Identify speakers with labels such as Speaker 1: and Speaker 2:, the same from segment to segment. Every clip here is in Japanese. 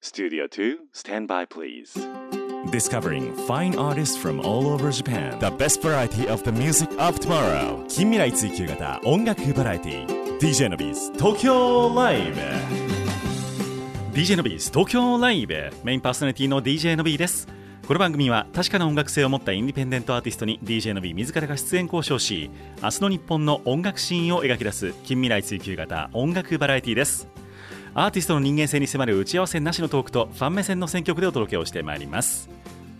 Speaker 1: Studio 2, stand by please.
Speaker 2: Discovering fine artists from all over Japan. The best variety of the music of tomorrow. 近未来追求型音楽バラエティ DJ のビーズ東京ライブ DJ のビーズ東京ライブメインパーソナリティの DJ のビーです。この番組は確かな音楽性を持ったインディペンデントアーティストに DJ の B 自らが出演交渉し明日の日本の音楽シーンを描き出す近未来追求型音楽バラエティですアーティストの人間性に迫る打ち合わせなしのトークとファン目線の選曲でお届けをしてまいります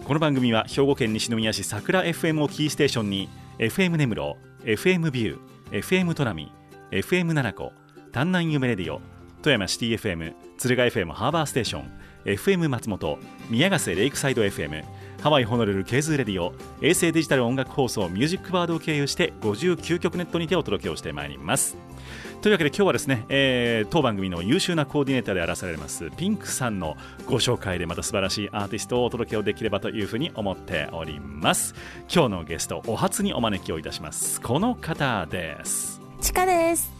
Speaker 2: この番組は兵庫県西宮市桜 FM をキーステーションに FM 根室 FM ビュー FM トナミ FM 七子丹南夢レディオ富山シティ FM 鶴ヶ FM ハーバーステーション FM 松本宮ヶ瀬レイクサイド FM ハワイホノルルケーズレディオ衛星デジタル音楽放送ミュージックバードを経由して59曲ネットにてお届けをしてまいりますというわけで今日はですね、えー当番組の優秀なコーディネーターであらされますピンクさんのご紹介でまた素晴らしいアーティストをお届けをできればというふうに思っております今日のゲストお初にお招きをいたしますこの方です
Speaker 3: ちかです。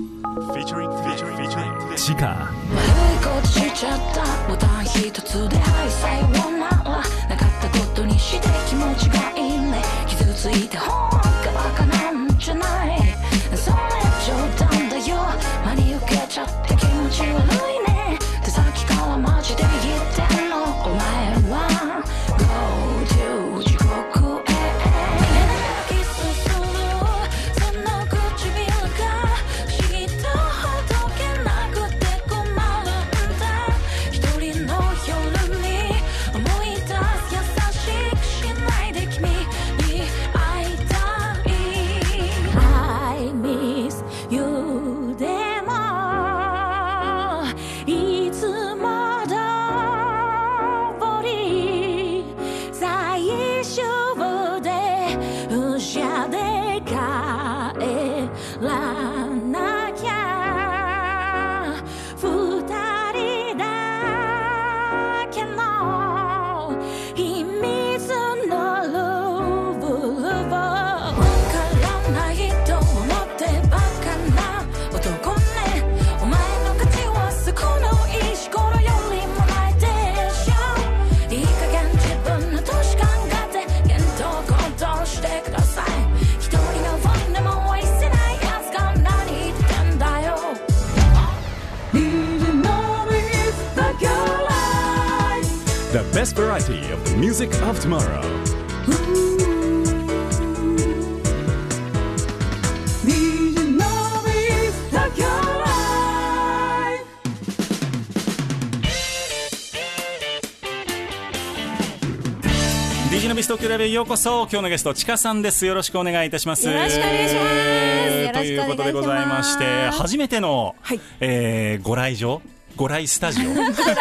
Speaker 1: Featuring, featuring, featuring.
Speaker 2: チカ
Speaker 4: 悪いことしちゃったボタン一つで愛さえもなはなかったことにして気持ちがいいね傷ついてほんまかバカなんじゃないそれ冗談だよ真に受けちゃって気持ち悪いねってさっきからマジで言ってんのお前は Go to 地獄へキスするその唇が不思議とほどけなくて困るんだ一人の夜に思い出す優しくしないで君に会いたい I miss you でもいつも通り最終で不車で帰らなきゃ二人だけの秘密のルールをわからないと思ってバカな男ねお前の価値はそこの石ころよりもないでしょいい加減自分の年考えて言動行動してください一人がファンでも愛せないやつが何言ってんだよ Even though it's the girl I
Speaker 2: The best variety of the music of tomorrow
Speaker 4: Even though it's the girl I
Speaker 2: ディジノビス東京ライブへようこそ今日のゲストチカさんですよろしくお願いいたします
Speaker 3: よろしくお願いします
Speaker 2: ということでございまして
Speaker 3: よろしくお願いします
Speaker 2: 初めての、
Speaker 3: はい
Speaker 2: えーご来場ご来スタジ オお越しをい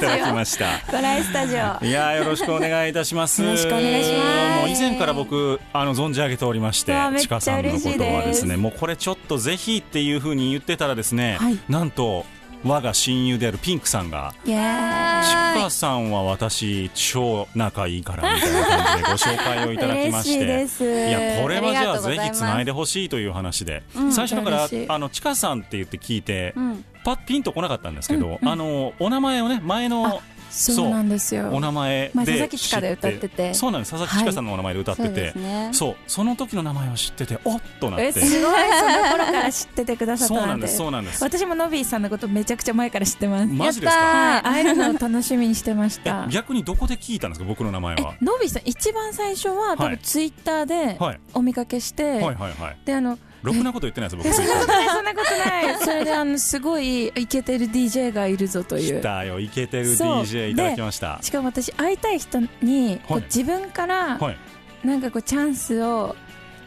Speaker 2: ただきました
Speaker 3: ご来スタジオ。
Speaker 2: いやーよろしくお願いいたします。
Speaker 3: よろしくお願いします
Speaker 2: もう以前から僕あの存じ上げておりまして
Speaker 3: うわ、めっちゃ
Speaker 2: ちかさんのことはですね、もうこれちょっとぜひっていう風に言ってたらですね、
Speaker 3: はい
Speaker 2: なんと我が親友であるピンクさんが。
Speaker 3: いや
Speaker 2: ちかさんは私超仲いいからみたいな感じでご紹介をいただきまして
Speaker 3: 嬉しいです
Speaker 2: やこれはじゃ
Speaker 3: ありが
Speaker 2: あ
Speaker 3: とうござ
Speaker 2: ぜ
Speaker 3: います
Speaker 2: ひつないでほしいという話で、
Speaker 3: ん
Speaker 2: 最初だから
Speaker 3: 嬉しい
Speaker 2: あのちかさんって言って聞いて、
Speaker 3: ん
Speaker 2: パッピンと来なかったんですけど、あのお名前をね前の
Speaker 3: ー、そうなんですよ。
Speaker 2: お名前で
Speaker 3: 前佐々木千佳で歌ってて
Speaker 2: そうなんです佐々木千佳さんのお名前で歌って
Speaker 3: はいそう
Speaker 2: て、
Speaker 3: ですね
Speaker 2: そうその時の名前を知ってておっとなっ
Speaker 3: え
Speaker 2: て
Speaker 3: すごいその頃から知っててくださっ
Speaker 2: そう
Speaker 3: た
Speaker 2: な
Speaker 3: なん
Speaker 2: んで
Speaker 3: です
Speaker 2: そうなんです
Speaker 3: 私もノビーさんのことめちゃくちゃ前から知ってます。
Speaker 2: マジですか
Speaker 3: はい会えるのを楽しみにしてまし
Speaker 2: え。
Speaker 3: た
Speaker 2: 逆にどこで聞いたんですか僕の名前
Speaker 3: え
Speaker 2: は
Speaker 3: ノビーさん一番最初は多
Speaker 2: は
Speaker 3: 分
Speaker 2: い
Speaker 3: ツイッターで
Speaker 2: はい
Speaker 3: お見かけして、
Speaker 2: はいはいはい
Speaker 3: であの
Speaker 2: ろくなこと言ってないです
Speaker 3: え
Speaker 2: 僕
Speaker 3: そ
Speaker 2: ツ
Speaker 3: ん
Speaker 2: イッ
Speaker 3: なことないそんなことない。 それであのすごいイケてる DJ がいるぞと
Speaker 2: ター
Speaker 3: いう
Speaker 2: 来。たよイケてる
Speaker 3: そう
Speaker 2: DJ いただきました
Speaker 3: しかも私会いたい人にこ
Speaker 2: は
Speaker 3: う
Speaker 2: い
Speaker 3: 自分から
Speaker 2: はい
Speaker 3: なんかこうチャンスを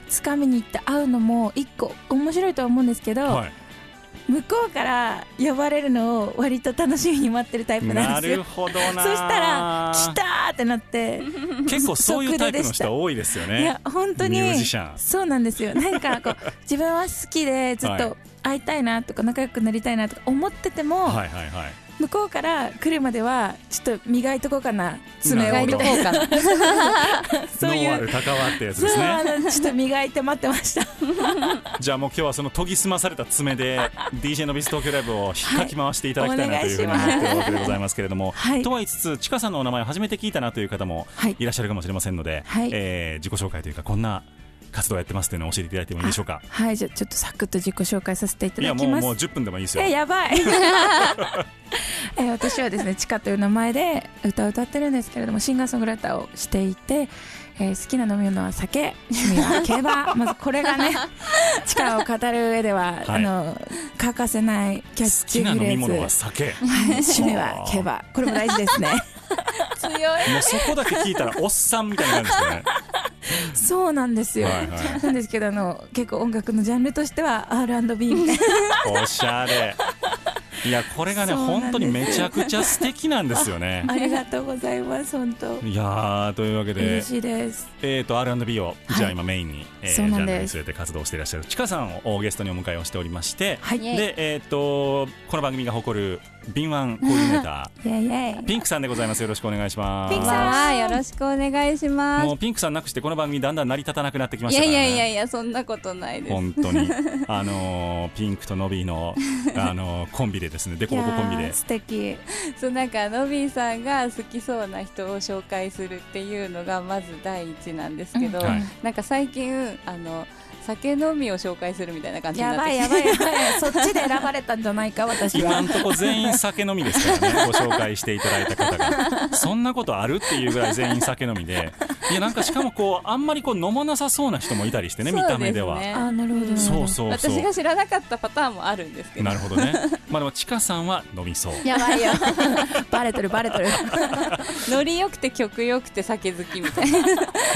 Speaker 3: つかみに行って会うのも一個面白いとは思うんですけど、
Speaker 2: はい
Speaker 3: 向こうから呼ばれるのを割と楽しみに待ってるタイプな
Speaker 2: なん
Speaker 3: です
Speaker 2: る
Speaker 3: よ。
Speaker 2: ほど
Speaker 3: そ
Speaker 2: な
Speaker 3: したら来たーってなって、
Speaker 2: 結構そういうタイプの
Speaker 3: 即出でした
Speaker 2: 人多いですよ
Speaker 3: い
Speaker 2: ね
Speaker 3: や本当に
Speaker 2: ミュージシャン
Speaker 3: そうなんですよ。なんかこう自分は好きでずっ
Speaker 2: はい
Speaker 3: と会いたいなとか仲良くなりたいなとか思ってても、
Speaker 2: はいはいはい
Speaker 3: 向こうから来るまではちょっと磨いとこうかな爪
Speaker 2: な
Speaker 3: を
Speaker 2: る
Speaker 5: 外
Speaker 2: ほ
Speaker 5: と
Speaker 2: ど
Speaker 5: こうかな
Speaker 3: そうい
Speaker 2: ノーア
Speaker 3: う
Speaker 2: ル高輪ってやつ
Speaker 3: そ
Speaker 2: で
Speaker 3: う
Speaker 2: すね
Speaker 3: あのちょっと磨いて待ってました
Speaker 2: じゃあもう今日はその研ぎ澄まされた爪で DJ のビス東京ライブを引っかき回していただきたいなというふうに思っているわけでございますけれども、
Speaker 3: はい
Speaker 2: とは言いつつちかさんのお名前を初めて聞いたなという方も
Speaker 3: はい
Speaker 2: いらっしゃるかもしれませんので、
Speaker 3: はい
Speaker 2: えー自己紹介というかこんな活動をやってますというのを教えていただいてもいいでしょうか
Speaker 3: はいじゃあちょっとサクッと自己紹介させていた
Speaker 2: いや
Speaker 3: だき
Speaker 2: もうも
Speaker 3: ま
Speaker 2: う
Speaker 3: す
Speaker 2: 10分でもいいですよ
Speaker 3: えや ばい え私はですねチカという名前で歌を歌ってるんですけれどもシンガーソングライターをしていて、えー好きな飲み物は酒趣味は 競馬まずこれがねチカを語る上では、
Speaker 2: はい
Speaker 3: あの欠かせないキャ
Speaker 2: 好
Speaker 3: ッチ
Speaker 2: き
Speaker 3: フ
Speaker 2: な
Speaker 3: レーズ
Speaker 2: 飲み物は酒
Speaker 3: はい趣味は競馬これも大事ですね
Speaker 5: 強い
Speaker 2: もうそこだけ聞いたらおっさんみたいになるんで
Speaker 3: そうなんです
Speaker 2: すよ
Speaker 3: よ、
Speaker 2: ねはいは
Speaker 3: なんですけどあの結構音楽のジャンルとしては R&B みたい ない
Speaker 2: おしゃれいやこれがね
Speaker 3: そうなんです
Speaker 2: 本当にめちゃくちゃ素敵なんですよね
Speaker 3: ありがとうございます本当
Speaker 2: いやーというわけで
Speaker 3: 嬉しいです
Speaker 2: えー、と R&B を、じゃあ
Speaker 3: はい
Speaker 2: 今メインに、えー、ジ
Speaker 3: そ
Speaker 2: ャ
Speaker 3: う
Speaker 2: ン
Speaker 3: なん
Speaker 2: ル
Speaker 3: です
Speaker 2: に据えて活動していらっしゃるちかさんをゲストにお迎えをしておりまして、
Speaker 3: はい
Speaker 5: イエイ
Speaker 2: で、えー、とこの番組が誇る敏腕コーディネータ
Speaker 3: イエイイエ イ
Speaker 2: ーピンクさんでございますよろしくお願いします
Speaker 5: ピンクさんはよろしくお願いします
Speaker 2: もうピンクさんなくしてこの番組だんだん成り立たなくなってきま
Speaker 5: い
Speaker 2: した
Speaker 5: や
Speaker 2: から、ね、
Speaker 5: いやいやいやそんなことないです
Speaker 2: 本当にあのーピンクとノビーの、あのーコンビでですねデコボココンビ
Speaker 3: いや
Speaker 2: で
Speaker 3: ー素敵
Speaker 5: そうなんかノビーさんが好きそうな人を紹介するっていうのがまず第一なんですけど、
Speaker 2: うんはい
Speaker 5: なんか最近あの酒飲みを紹介するみたいな感じにな
Speaker 3: や
Speaker 5: って
Speaker 3: ばいやばいやばいそっちで選ばれたんじゃないか私
Speaker 2: 今
Speaker 3: は
Speaker 2: んとこ全員酒飲みですからねご紹介していただいた方がそんなことあるっていうぐらい全員酒飲みでいやなんかしかもこうあんまりこう飲まなさそうな人もいたりしてね見た目では
Speaker 5: そうすね
Speaker 3: あなるほど
Speaker 2: そうそうそ
Speaker 5: 私
Speaker 2: う
Speaker 5: が知らなかったパターンもあるんですけど
Speaker 2: なるほどねまあでもちかさんは飲みそう
Speaker 3: やばいよ バレてるバレてる
Speaker 5: ノリよくて曲よくて酒好きみたいな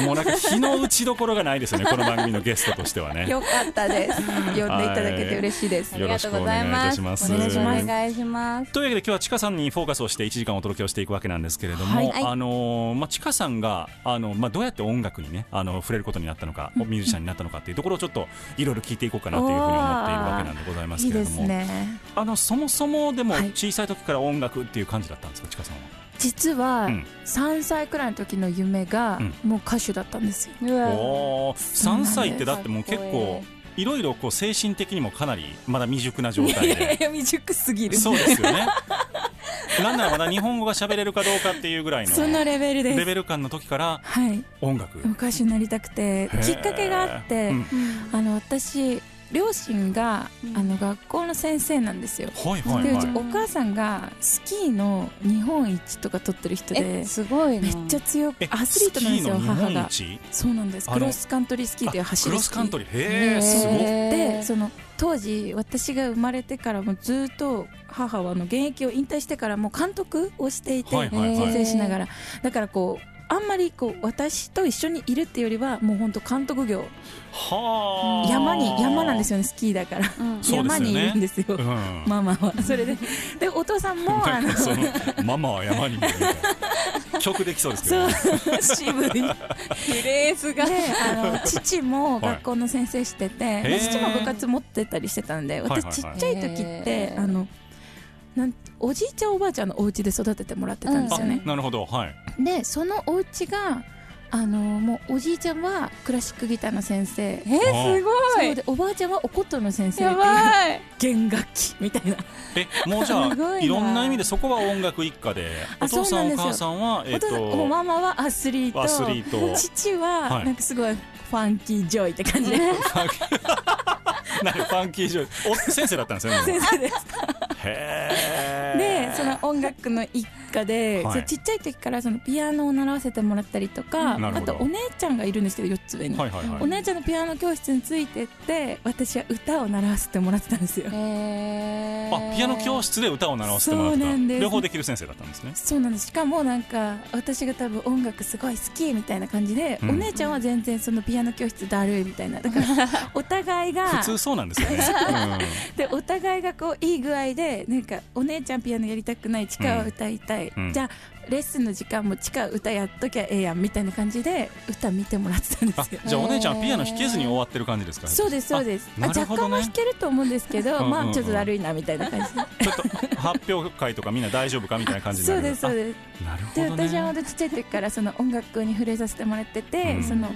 Speaker 2: もうなんか日の打ちどころがないですよねこの番組のゲストとしてはね
Speaker 3: よかったです呼んでいただけて嬉しいです
Speaker 5: あ
Speaker 2: よ
Speaker 5: り
Speaker 2: ろ
Speaker 5: が
Speaker 2: し
Speaker 5: と
Speaker 2: く
Speaker 5: う
Speaker 2: お
Speaker 5: ござ
Speaker 2: 願
Speaker 5: い
Speaker 2: いいた
Speaker 5: ます
Speaker 2: します
Speaker 3: お願いします
Speaker 5: お願いします
Speaker 2: というわけで今日はちかさんにフォーカスをして1時間お届けをしていくわけなんですけれども、
Speaker 3: はい
Speaker 5: はい
Speaker 2: あのーまあ、ちかさんが、あのまあ、どうやって音楽にねあの触れることになったのか、ミュージシャンになったのかっていうところをちょっといろいろ聞いていこうかなというふうに思っているわけなんでございます
Speaker 3: いい
Speaker 2: けれ
Speaker 3: で
Speaker 2: ど
Speaker 3: す
Speaker 2: も
Speaker 3: ね
Speaker 2: あのそもそもでも
Speaker 3: はい
Speaker 2: 小さい時から音楽っていう感じだったんですかちかさんは。
Speaker 3: 実は
Speaker 2: うん
Speaker 3: 3歳くらいの時の夢が
Speaker 2: うん
Speaker 3: もう歌手だったん ですよ
Speaker 5: うわ
Speaker 2: おー
Speaker 3: そうな
Speaker 2: 3
Speaker 3: んです
Speaker 2: 歳ってだってもう結
Speaker 5: かっこ
Speaker 2: 構いろいろこう精神的にもかなりまだ未熟な状態で。
Speaker 3: や未熟すぎ
Speaker 2: そうですよねなんならまだ日本語が喋れるかどうかっていうぐらいの
Speaker 3: そのレベルで
Speaker 2: レ
Speaker 3: す
Speaker 2: ベル感の時から
Speaker 3: はい
Speaker 2: 音楽
Speaker 3: でも歌手になりたくてきっかけがあって、
Speaker 2: うん
Speaker 3: あの私両親が、
Speaker 5: うん
Speaker 3: あの学校の先生なんですよ、
Speaker 2: はいはい
Speaker 3: でう
Speaker 2: は
Speaker 3: ち
Speaker 2: い
Speaker 3: お母さんがスキーの日本一とか取ってる人で
Speaker 5: えすごいな
Speaker 3: めっちゃ強く
Speaker 2: え
Speaker 3: アスリートなんですよ
Speaker 2: スキーの
Speaker 3: 母
Speaker 2: 日本
Speaker 3: が
Speaker 2: 一
Speaker 3: そうなんです
Speaker 2: あの
Speaker 3: クロスカントリースキーという
Speaker 2: あ
Speaker 3: 走
Speaker 2: ク
Speaker 3: る
Speaker 2: ロス
Speaker 3: スキ
Speaker 2: カント
Speaker 3: ー
Speaker 2: リーへえすごい
Speaker 5: へ
Speaker 3: でその当時私が生まれてからもずっと母はあの現役を引退してからもう監督をしていて、
Speaker 2: はいはいはい
Speaker 3: 先生しながらだからこうあんまりこう私と一緒にいるっていうよりはもう本当監督業
Speaker 2: はあ
Speaker 3: 山に山なんですよねスキーだから、
Speaker 5: うん
Speaker 2: そうですよね
Speaker 3: 山にいるんですよ、
Speaker 2: うん
Speaker 3: ママはそれででお父さんもあ
Speaker 2: なん
Speaker 3: の
Speaker 2: かそのママは山にみたいな曲できそうですけど
Speaker 3: そう
Speaker 2: ね
Speaker 3: 渋いで
Speaker 5: フレーズが
Speaker 3: あの父も
Speaker 2: はい
Speaker 3: 学校の先生してて、
Speaker 2: へー
Speaker 3: 父も部活持ってたりしてたんで
Speaker 2: はいはい
Speaker 3: 私
Speaker 2: はい
Speaker 3: ちっちゃい時って
Speaker 5: へー
Speaker 3: あのなんおじいちゃんおばあちゃんのお家で育ててもらってたんですよね、
Speaker 2: なるほどはい
Speaker 3: でそのお家があのもうおじいちゃんはクラシックギターの先生
Speaker 5: えすご
Speaker 3: そう
Speaker 5: い
Speaker 3: でおばあちゃんはお琴の先生
Speaker 5: や
Speaker 3: っていう
Speaker 5: ばい
Speaker 3: 弦楽器みたいな
Speaker 2: えもうじゃ
Speaker 5: すごい
Speaker 2: あ
Speaker 5: ない
Speaker 2: ろんな意味でそこは音楽一家でお
Speaker 3: あ
Speaker 2: 父さんお
Speaker 3: そうなん
Speaker 2: 母
Speaker 3: です
Speaker 2: さんはえ
Speaker 3: お
Speaker 2: っ
Speaker 3: 父さんお
Speaker 2: と
Speaker 3: ママはアスリート
Speaker 2: アスリート
Speaker 3: 父
Speaker 2: は
Speaker 3: はいなんかすごいファンキージョイって感じ で
Speaker 2: なんかファンキージョイお先生だったんですよ ね
Speaker 3: 先生です
Speaker 2: へえ
Speaker 3: でその音楽の一家で、
Speaker 2: はい
Speaker 3: そうちっちゃい時からそのピアノを習わせてもらったりとか
Speaker 2: なる
Speaker 3: あ
Speaker 2: ほど
Speaker 3: とお姉ちゃんがいるんですけど4つ上に、
Speaker 2: はいはいは
Speaker 3: お
Speaker 2: い
Speaker 3: 姉ちゃんのピアノ教室についてって私は歌を習わせてもらってたんですよ
Speaker 5: へー
Speaker 2: あピアノ教室で歌を習わせてもらって
Speaker 3: そうな
Speaker 2: た
Speaker 3: んです
Speaker 2: 両方できる先生だったんですね
Speaker 3: そうなんですしかもなんか私が多分音楽すごい好きみたいな感じで、
Speaker 2: うん
Speaker 3: お姉ちゃんは全然そのピアノ教室だるいみたいなだから お互いが
Speaker 2: 普通そうなんですよね、うん
Speaker 3: でお互いがこういい具合でなんかお姉ちゃんピアノやりた
Speaker 4: たくない地下は歌いたい、
Speaker 2: うん
Speaker 4: じゃあレッスンの時間も地下歌やっときゃええやんみたいな感じで歌見てもらってたんで
Speaker 2: あ
Speaker 4: すよ。
Speaker 2: じゃあお姉ちゃんピアノ弾けずに終わってる感じですか
Speaker 4: そうですそうです
Speaker 2: あなる
Speaker 4: 若
Speaker 2: ほ
Speaker 4: 干
Speaker 2: どね
Speaker 4: は弾けると思うんですけど
Speaker 2: うんうんうん
Speaker 4: まあちょっとだるいなみたいな感じで
Speaker 2: ちょっと発表会とかみんな大丈夫かみたいな感じに
Speaker 4: そ
Speaker 2: な
Speaker 4: う
Speaker 2: る
Speaker 4: ですそうです
Speaker 2: あなるほ
Speaker 4: で
Speaker 2: どね
Speaker 4: 私は本当ちっちゃい時からその音楽に触れさせてもらってて、
Speaker 2: うん
Speaker 4: その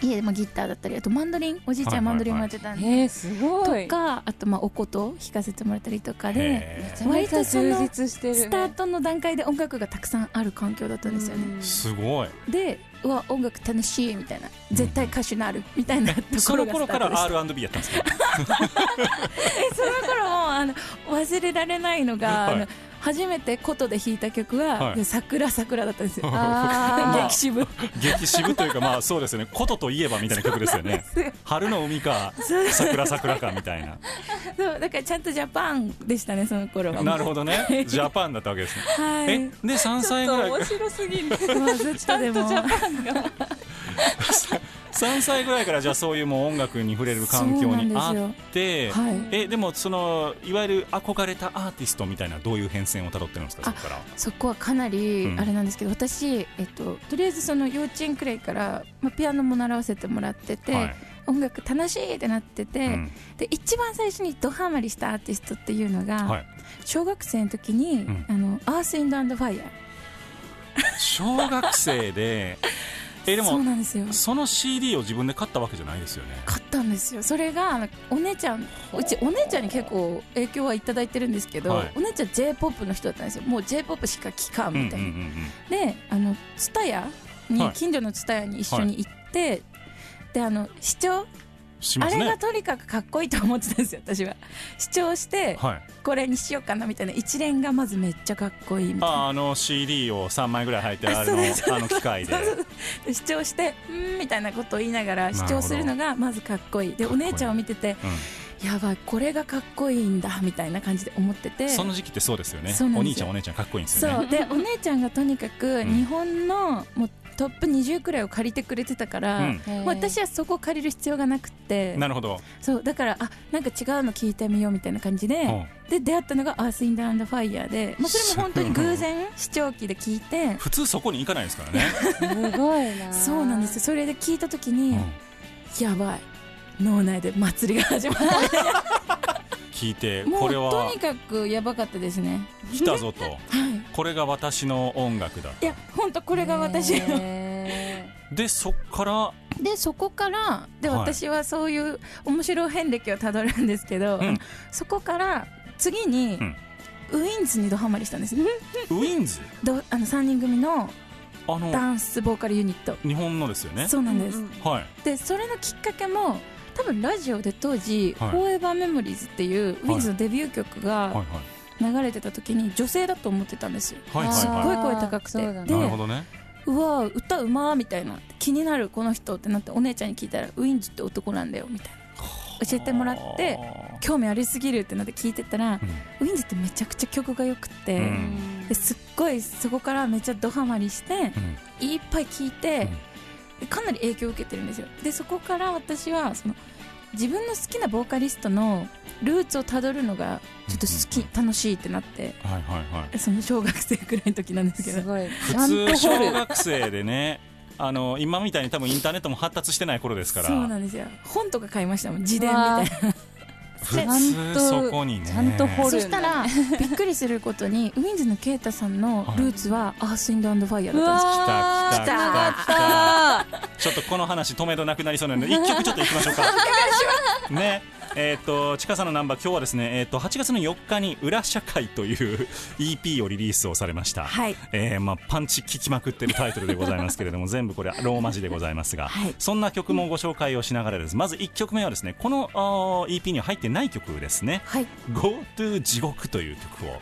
Speaker 4: 家でもギターだったりあとマンドリンおじいちゃんマンドリンもやってたんで、
Speaker 5: えー、すご
Speaker 4: と
Speaker 5: い
Speaker 4: かあとまあお琴を弾かせてもらったりとかで
Speaker 2: へー
Speaker 5: めちゃめちゃ充実してる、ね、
Speaker 4: スタートの段階で音楽がたくさんある環境だったんですよね、
Speaker 2: すごい
Speaker 4: でうわ音楽楽しいみたいな絶対歌手になるみたいなとこ
Speaker 2: そ
Speaker 4: ろ
Speaker 2: の
Speaker 4: が
Speaker 2: 頃
Speaker 4: スタ
Speaker 2: か
Speaker 4: ート
Speaker 2: ら
Speaker 4: でした
Speaker 2: R&B やったんですか
Speaker 4: その頃もうあの忘れられないのが、
Speaker 2: はい
Speaker 4: あの初めて琴で弾いた曲
Speaker 2: は
Speaker 4: が
Speaker 2: い
Speaker 4: 「桜桜」だったんですよ
Speaker 5: あ
Speaker 4: 激 渋
Speaker 2: 激渋というかまあそうですよね琴といえばみたいな曲ですよね春の海か桜桜かみたいな
Speaker 4: そうだからちゃんとジャパンでしたねその頃は
Speaker 2: なるほどねジャパンだったわけですね
Speaker 4: は
Speaker 2: え
Speaker 4: い
Speaker 2: で3歳ぐらい
Speaker 5: 白すぎる
Speaker 4: もうずっとでも
Speaker 2: 3歳ぐらいからじゃあそういうもう音楽に触れる環境にあって
Speaker 4: そうなんですよはい
Speaker 2: えでもそのいわゆる憧れたアーティストみたいなどういう変遷をたどってるんですかそこから
Speaker 4: そこはかな
Speaker 2: う
Speaker 4: り
Speaker 2: ん
Speaker 4: あれなんですけど、私、えっと、とりあえずその幼稚園くらいから、まあ、ピアノも習わせてもらってて、
Speaker 2: はい
Speaker 4: 音楽楽しいってなってて、
Speaker 2: うん
Speaker 4: で一番最初にドハマりしたアーティストっていうのが、
Speaker 2: はい
Speaker 4: 小学生の時に、
Speaker 2: ん
Speaker 4: あのアース・インド・アンド・ファイヤー
Speaker 2: 小学生でえで
Speaker 4: そ
Speaker 2: も
Speaker 4: うなんですよ
Speaker 2: その CD を自分で買ったわけじゃないですよね
Speaker 4: 買ったんですよそれがあのお姉ちゃんうちお姉ちゃんに結構影響はいただいてるんですけど、
Speaker 2: はい
Speaker 4: お姉ちゃん j p o p の人だったんですよもう j p o p しか聴かん
Speaker 2: うんうん
Speaker 4: み
Speaker 2: う
Speaker 4: た
Speaker 2: ん
Speaker 4: いな、
Speaker 2: うん
Speaker 4: であのツタヤに、
Speaker 2: はい
Speaker 4: 近所のツタヤに一緒に行って、であの視聴、
Speaker 2: し
Speaker 4: あ
Speaker 2: ます
Speaker 4: れが
Speaker 2: ね
Speaker 4: とにかくかっこいいと思ってたんですよ私は 視聴して、
Speaker 2: はい
Speaker 4: これにしようかなみたいな一連がまずめっちゃかっこいいみたいな
Speaker 2: ああの CD を3枚ぐらい入ってる
Speaker 4: あ
Speaker 2: あれ
Speaker 4: そうです
Speaker 2: のあの機械で
Speaker 4: で視聴して「うん」みたいなことを言いながら視
Speaker 2: なるほ
Speaker 4: 聴
Speaker 2: ど
Speaker 4: するのがまずかっこいい
Speaker 2: か
Speaker 4: で
Speaker 2: っ
Speaker 4: お
Speaker 2: こいい
Speaker 4: 姉ちゃんを見てて「やばいこれがかっこいいんだ」みたいな感じで思って
Speaker 2: う
Speaker 4: て
Speaker 2: んその時期ってそうですよね
Speaker 4: そうな
Speaker 2: お
Speaker 4: んで
Speaker 2: 兄
Speaker 4: す
Speaker 2: ちゃ
Speaker 4: よ
Speaker 2: んお姉ちゃんかっこいいんですよ
Speaker 4: そ
Speaker 2: ね
Speaker 4: う でお姉ちゃんがとにかく
Speaker 2: うん
Speaker 4: 日本のもうトップ20くらいを借りてくれてたから、
Speaker 2: うん
Speaker 4: もう私はそこを借りる必要がなくて
Speaker 2: なるほど
Speaker 4: そうだからあなんか違うの聞いてみようみたいな感じで、
Speaker 2: う
Speaker 4: で出会ったのが「アース・インダ・アンド・ファイヤーで」まあ、それも本当に偶然視聴器で聞いて
Speaker 2: 普通そこに行かないですからね
Speaker 5: すごいな
Speaker 4: そうなんですよそれで聞いた時
Speaker 2: う
Speaker 4: に、
Speaker 2: ん
Speaker 4: やばい脳内で祭りが始まっ
Speaker 2: 聞いて
Speaker 4: ても
Speaker 2: こ
Speaker 4: う
Speaker 2: れ
Speaker 4: と
Speaker 2: は
Speaker 4: にかくやばかったですね
Speaker 2: 来たぞと
Speaker 4: はい
Speaker 2: これが私の音楽だ
Speaker 4: いや本当これが私の、
Speaker 5: へ
Speaker 2: でそっから
Speaker 4: でそこからで
Speaker 2: はい
Speaker 4: 私はそういう面白い遍歴をたどるんですけど、
Speaker 2: うん
Speaker 4: そこから次に、
Speaker 2: うん
Speaker 4: ウィンズにドハマりしたんです
Speaker 2: ウィンズ
Speaker 4: どあの3人組の
Speaker 2: あの
Speaker 4: ダンスボーカルユニット、
Speaker 2: 日本のですよね
Speaker 4: そうな
Speaker 5: ー
Speaker 4: んです、
Speaker 5: うん
Speaker 2: はい
Speaker 4: でそれのきっかけも多分ラジオで当時「
Speaker 2: はい
Speaker 4: フォーエバーメモリーズ」っていう、ウィンズのデビュー曲
Speaker 2: はい
Speaker 4: が
Speaker 2: はい
Speaker 4: 流れてた時に女性だと思ってたんですよ、
Speaker 2: はいはい
Speaker 4: すっ
Speaker 2: は
Speaker 4: ごい声高くて、
Speaker 5: そうだね
Speaker 2: い
Speaker 4: で
Speaker 2: なるほどね
Speaker 4: うわー歌うまーみたいな気になるこの人ってなってお姉ちゃんに聞いたらウィンズって男なんだよみたいな教えてもらって
Speaker 2: あ
Speaker 4: 興味ありすぎるってなって聞いてたら
Speaker 2: ーうん
Speaker 4: ウィンズってめちゃくちゃ曲が良くて、
Speaker 2: うん
Speaker 4: ですっごいそこからめっちゃドハマりして
Speaker 2: うん
Speaker 4: いっぱい聞いて、かなり影響を受けてるんですよでそこから私はその自分の好きなボーカリストのルーツをたどるのがちょっと好き、楽しいってなって
Speaker 2: はいはいはい
Speaker 4: その小学生くらいの時なんですけ
Speaker 5: す
Speaker 4: ど
Speaker 5: ごい
Speaker 2: 普通
Speaker 5: ちゃんと
Speaker 2: 小
Speaker 5: 掘る
Speaker 2: 学生でねあの今みたいに多分インターネットも発達してない頃ですか
Speaker 4: そうな
Speaker 2: ら
Speaker 4: んですよ本とか買いましたもん自伝みたいな
Speaker 2: 普通そこにね
Speaker 5: ちゃんと掘る
Speaker 4: そしたらびっくりすることにウィンズのケイタさんのルーツはアース・インド・アンド・ファイヤーだったんです
Speaker 2: 来
Speaker 4: よ
Speaker 2: た
Speaker 5: わ
Speaker 2: 来た来た来たちょっとこの話止めどなくなりそうなので一曲ちょっといきましょうかねえー、と近さんのナンバー今日はですね、えー、と8月の4日に「裏社会」という EP をリリースをされました、
Speaker 4: はい
Speaker 2: えーまあ、パンチ効きまくってるタイトルでございますけれども全部これローマ字でございますが、
Speaker 4: はい
Speaker 2: そんな曲もご紹介をしながらですまず1曲目はですねこのあー EP には入ってない曲ですね
Speaker 4: はい
Speaker 2: 「GoTo 地獄」という曲を
Speaker 4: はい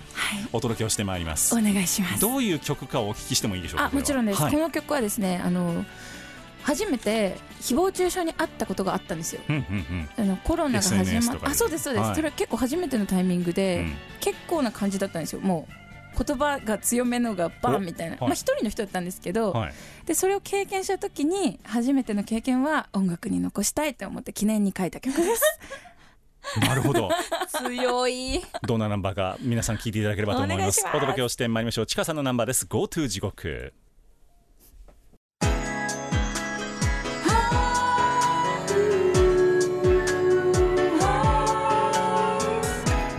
Speaker 2: お届けをしてまいります
Speaker 4: お願いします
Speaker 2: どういう曲かをお聞きしてもいいでしょうか
Speaker 4: あもちろんです、
Speaker 2: はい
Speaker 4: この曲はですねあの初めて誹謗中傷にあったことがあったんですよ
Speaker 2: うんうんうん
Speaker 4: あのコロナが始
Speaker 2: SNS
Speaker 4: ま
Speaker 2: と
Speaker 4: っ
Speaker 2: かで
Speaker 4: あそうですそうです、
Speaker 2: はい
Speaker 4: それは結構初めてのタイミング
Speaker 2: う
Speaker 4: で、
Speaker 2: ん
Speaker 4: 結構な感じだったんですよもう言葉が強めのがバンみたいな、
Speaker 2: おはい
Speaker 4: まあ、一人の人だったんですけど、
Speaker 2: はい、
Speaker 4: でそれを経験した時に初めての経験は音楽に残したいと思って記念に書いた曲です
Speaker 2: なるほど
Speaker 5: 強い
Speaker 2: どんなナンバーか皆さん聞いていただければと思います
Speaker 5: お願いします
Speaker 2: お届けをしてまいりましょうちかさんのナンバーです Go to 地獄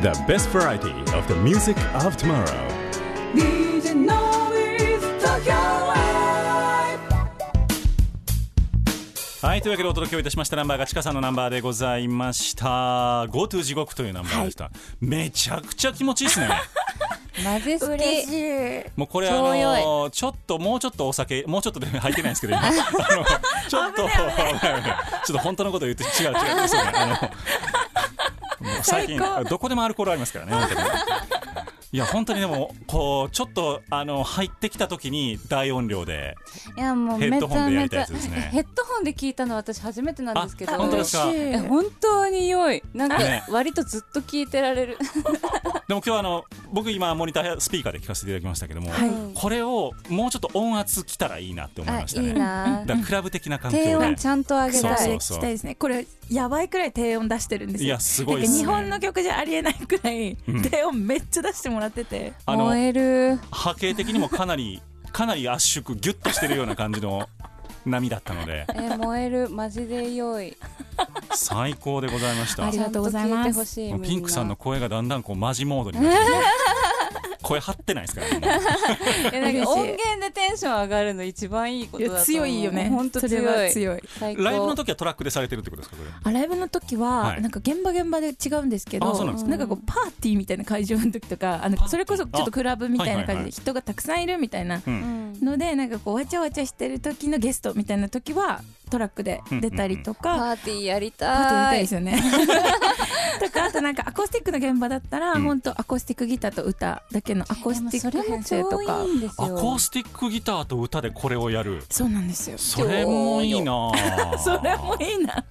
Speaker 2: The best variety of the music of tomorrow はいというわけでお届けをいたしましたナンバーがちかさんのナンバーでございました Go to 地獄というナンバーでした、めちゃくちゃ気持ちいい ですね
Speaker 5: マジ 好
Speaker 4: 嬉
Speaker 5: き
Speaker 4: しい
Speaker 2: もうこれあ
Speaker 5: ちょうどいい
Speaker 2: のちょっともうちょっとお酒もうちょっとで入ってないんですけど今 あのちょっとちょっと本当のことを言って違う違う そうねあのもう最近どこでもアルコールありますから ね本当にいや本当にでもこうちょっとあの入ってきた時に大音量で
Speaker 5: いやもう
Speaker 2: ヘ
Speaker 5: め
Speaker 2: ッ
Speaker 5: ち
Speaker 2: ドホン
Speaker 5: ゃ
Speaker 2: でやり
Speaker 5: め
Speaker 2: た
Speaker 5: ち
Speaker 2: いや
Speaker 5: ゃ
Speaker 2: つですね
Speaker 5: ヘッドホンで聞いたの私初めてなんですけど
Speaker 2: あ本当ですか
Speaker 4: 嬉しい
Speaker 5: え本当に良いなんか
Speaker 2: ね
Speaker 5: 割とずっと聞いてられる、
Speaker 2: でも今日はあの僕今モニターやスピーカーで聞かせていただきましたけども、
Speaker 4: はい
Speaker 2: これをもうちょっと音圧きたらいいなって思い
Speaker 5: あ
Speaker 2: ました
Speaker 5: い
Speaker 2: ね
Speaker 5: いな
Speaker 2: だからクラブ的な環境
Speaker 5: 低
Speaker 2: で
Speaker 5: 音ちゃんと上げ
Speaker 2: そう
Speaker 5: た
Speaker 2: そう
Speaker 5: い
Speaker 2: そ
Speaker 4: したいですねこれやばいくらい低音出してるんですよ
Speaker 2: いやすごい
Speaker 4: なん
Speaker 2: で
Speaker 4: か
Speaker 2: すね
Speaker 4: 日本の曲じゃありえないくらい
Speaker 2: うん
Speaker 4: 低音めっちゃ出してもらってて、
Speaker 2: あの
Speaker 5: 燃える
Speaker 2: 波形的にもかなりかなり圧縮ギュッとしてるような感じの波だったので
Speaker 5: え燃えるマジで良い
Speaker 2: 最高でございまし
Speaker 4: あ
Speaker 2: た
Speaker 4: りがとうございます
Speaker 5: ちゃんと聞てほしい
Speaker 2: もう
Speaker 5: み
Speaker 2: ピンクさんの声がだんだんこうマジモードになってきて声張ってないですからね
Speaker 5: えな
Speaker 4: 嬉
Speaker 5: んか
Speaker 4: しい
Speaker 5: 音源でテンション上がるの一番いいこ
Speaker 4: い
Speaker 5: とだ
Speaker 4: や
Speaker 5: と思う
Speaker 4: 強いよね
Speaker 5: 本当
Speaker 4: それ
Speaker 5: 強
Speaker 4: はい強い
Speaker 5: 最高
Speaker 2: ライブの時はトラックでされてるってことですかこれ
Speaker 4: あライブの時は、
Speaker 2: はい
Speaker 4: なんか現場現場で違うんですけ
Speaker 2: あ
Speaker 4: ど
Speaker 2: そうなん
Speaker 5: ですか
Speaker 4: なんかこうパーティーみたいな会場の時とかあ
Speaker 2: パーティ
Speaker 4: の
Speaker 2: ー
Speaker 4: それこそちょっとクラブみたいな
Speaker 2: はいはい
Speaker 4: 感
Speaker 2: は
Speaker 4: じ
Speaker 2: い
Speaker 4: で人がたくさんいるみたいな
Speaker 2: う
Speaker 5: うんん
Speaker 4: のでなんかこうわちゃわちゃしてる時のゲストみたいな時はトラックで出たりとか、
Speaker 5: パーティーやりたい
Speaker 4: パーティーみたいですよね。 とかあとなんかアコースティックの現場だったら、
Speaker 2: うん
Speaker 4: ほんとアコースティックギターと歌だけのアコースティック編成とか
Speaker 5: でもそれも超いいんですよ
Speaker 2: アコースティックギターと歌でこれをやる
Speaker 4: そうなんですよ。
Speaker 2: それもいいなぁ
Speaker 4: それもいいな。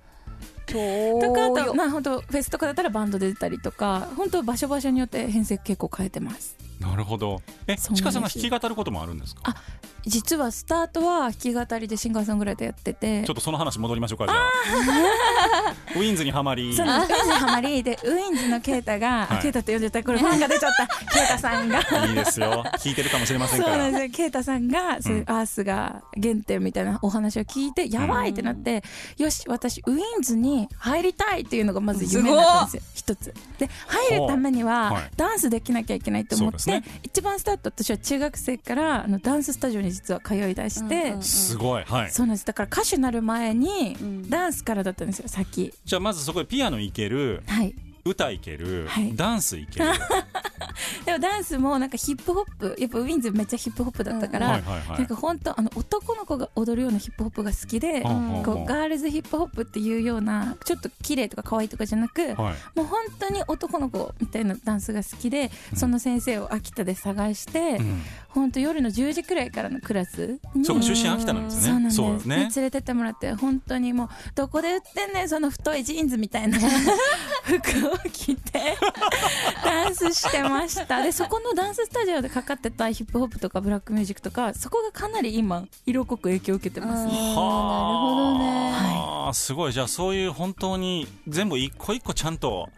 Speaker 4: とかあとまあ本当フェスとかだったらバンドで出たりとか本当場所場所によって編成結構変えてます。
Speaker 2: なるほどえ
Speaker 4: そうなんです
Speaker 2: ちかさんが弾き語ることもあるんですか
Speaker 4: 実はスタートは弾き語りでシンガーソングライターやってて
Speaker 2: ちょっ。とその話戻りましょうかじゃあウィンズにはまり
Speaker 4: そうなんですウィンズにハマりでウィンズのケイタが、
Speaker 2: はい
Speaker 4: ケイタって呼んでたこれファンが出ちゃったケイタさんが
Speaker 2: いいですよ聞いてるかもしれませ
Speaker 4: そ
Speaker 2: ん
Speaker 4: う
Speaker 2: から
Speaker 4: なんですよケイタさんが、そういうアースが原点みたいなお話を聞いてやばいってなって、よし私ウィンズに入りたいっていうのがまず夢だったんですよ一つで入るためには、
Speaker 2: はい
Speaker 4: ダンスできなきゃいけないと思っ
Speaker 2: そ
Speaker 4: て、
Speaker 2: うです
Speaker 4: 一番スタート私は中学生からあのダンススタジオに実は通い出して、
Speaker 5: うんうん
Speaker 2: すごいはい
Speaker 4: そうなんですだから歌手になる前に、
Speaker 5: うん
Speaker 4: ダンスからだったんですよ先
Speaker 2: じゃあまずそこでピアノいける
Speaker 4: はい
Speaker 2: 歌いける、
Speaker 4: はい
Speaker 2: ダンスいける
Speaker 4: でもダンスもなんかヒップホップやっぱウィンズめっちゃヒップホップだったから、
Speaker 2: はいはいは
Speaker 4: なん
Speaker 2: い
Speaker 4: か本当あの男の子が踊るようなヒップホップが好きで、
Speaker 2: ほうほうほ
Speaker 4: こ
Speaker 2: う
Speaker 4: うガールズヒップホップっていうようなちょっと綺麗とか可愛いとかじゃなく、
Speaker 2: はい
Speaker 4: もう本当に男の子みたいなダンスが好きで、
Speaker 2: うん
Speaker 4: その先生を秋田で探して、
Speaker 2: うん
Speaker 4: 本当夜の10時くらいからのクラスに
Speaker 2: そうか出身秋田なんです
Speaker 4: そう
Speaker 2: よ
Speaker 4: なん
Speaker 2: ね
Speaker 4: です
Speaker 2: そう
Speaker 4: ね
Speaker 2: ね、
Speaker 4: 連れてってもらって本当にもうどこで売ってんねんその太いジーンズみた いな服を着てダンスしてましたでそこのダンススタジオでかかってたヒップホップとかブラックミュージックとかそこがかなり今色濃く影響を受けてますね、
Speaker 5: はあなるほどね
Speaker 2: あーすごいじゃあそういう本当に全部一個一個ちゃんと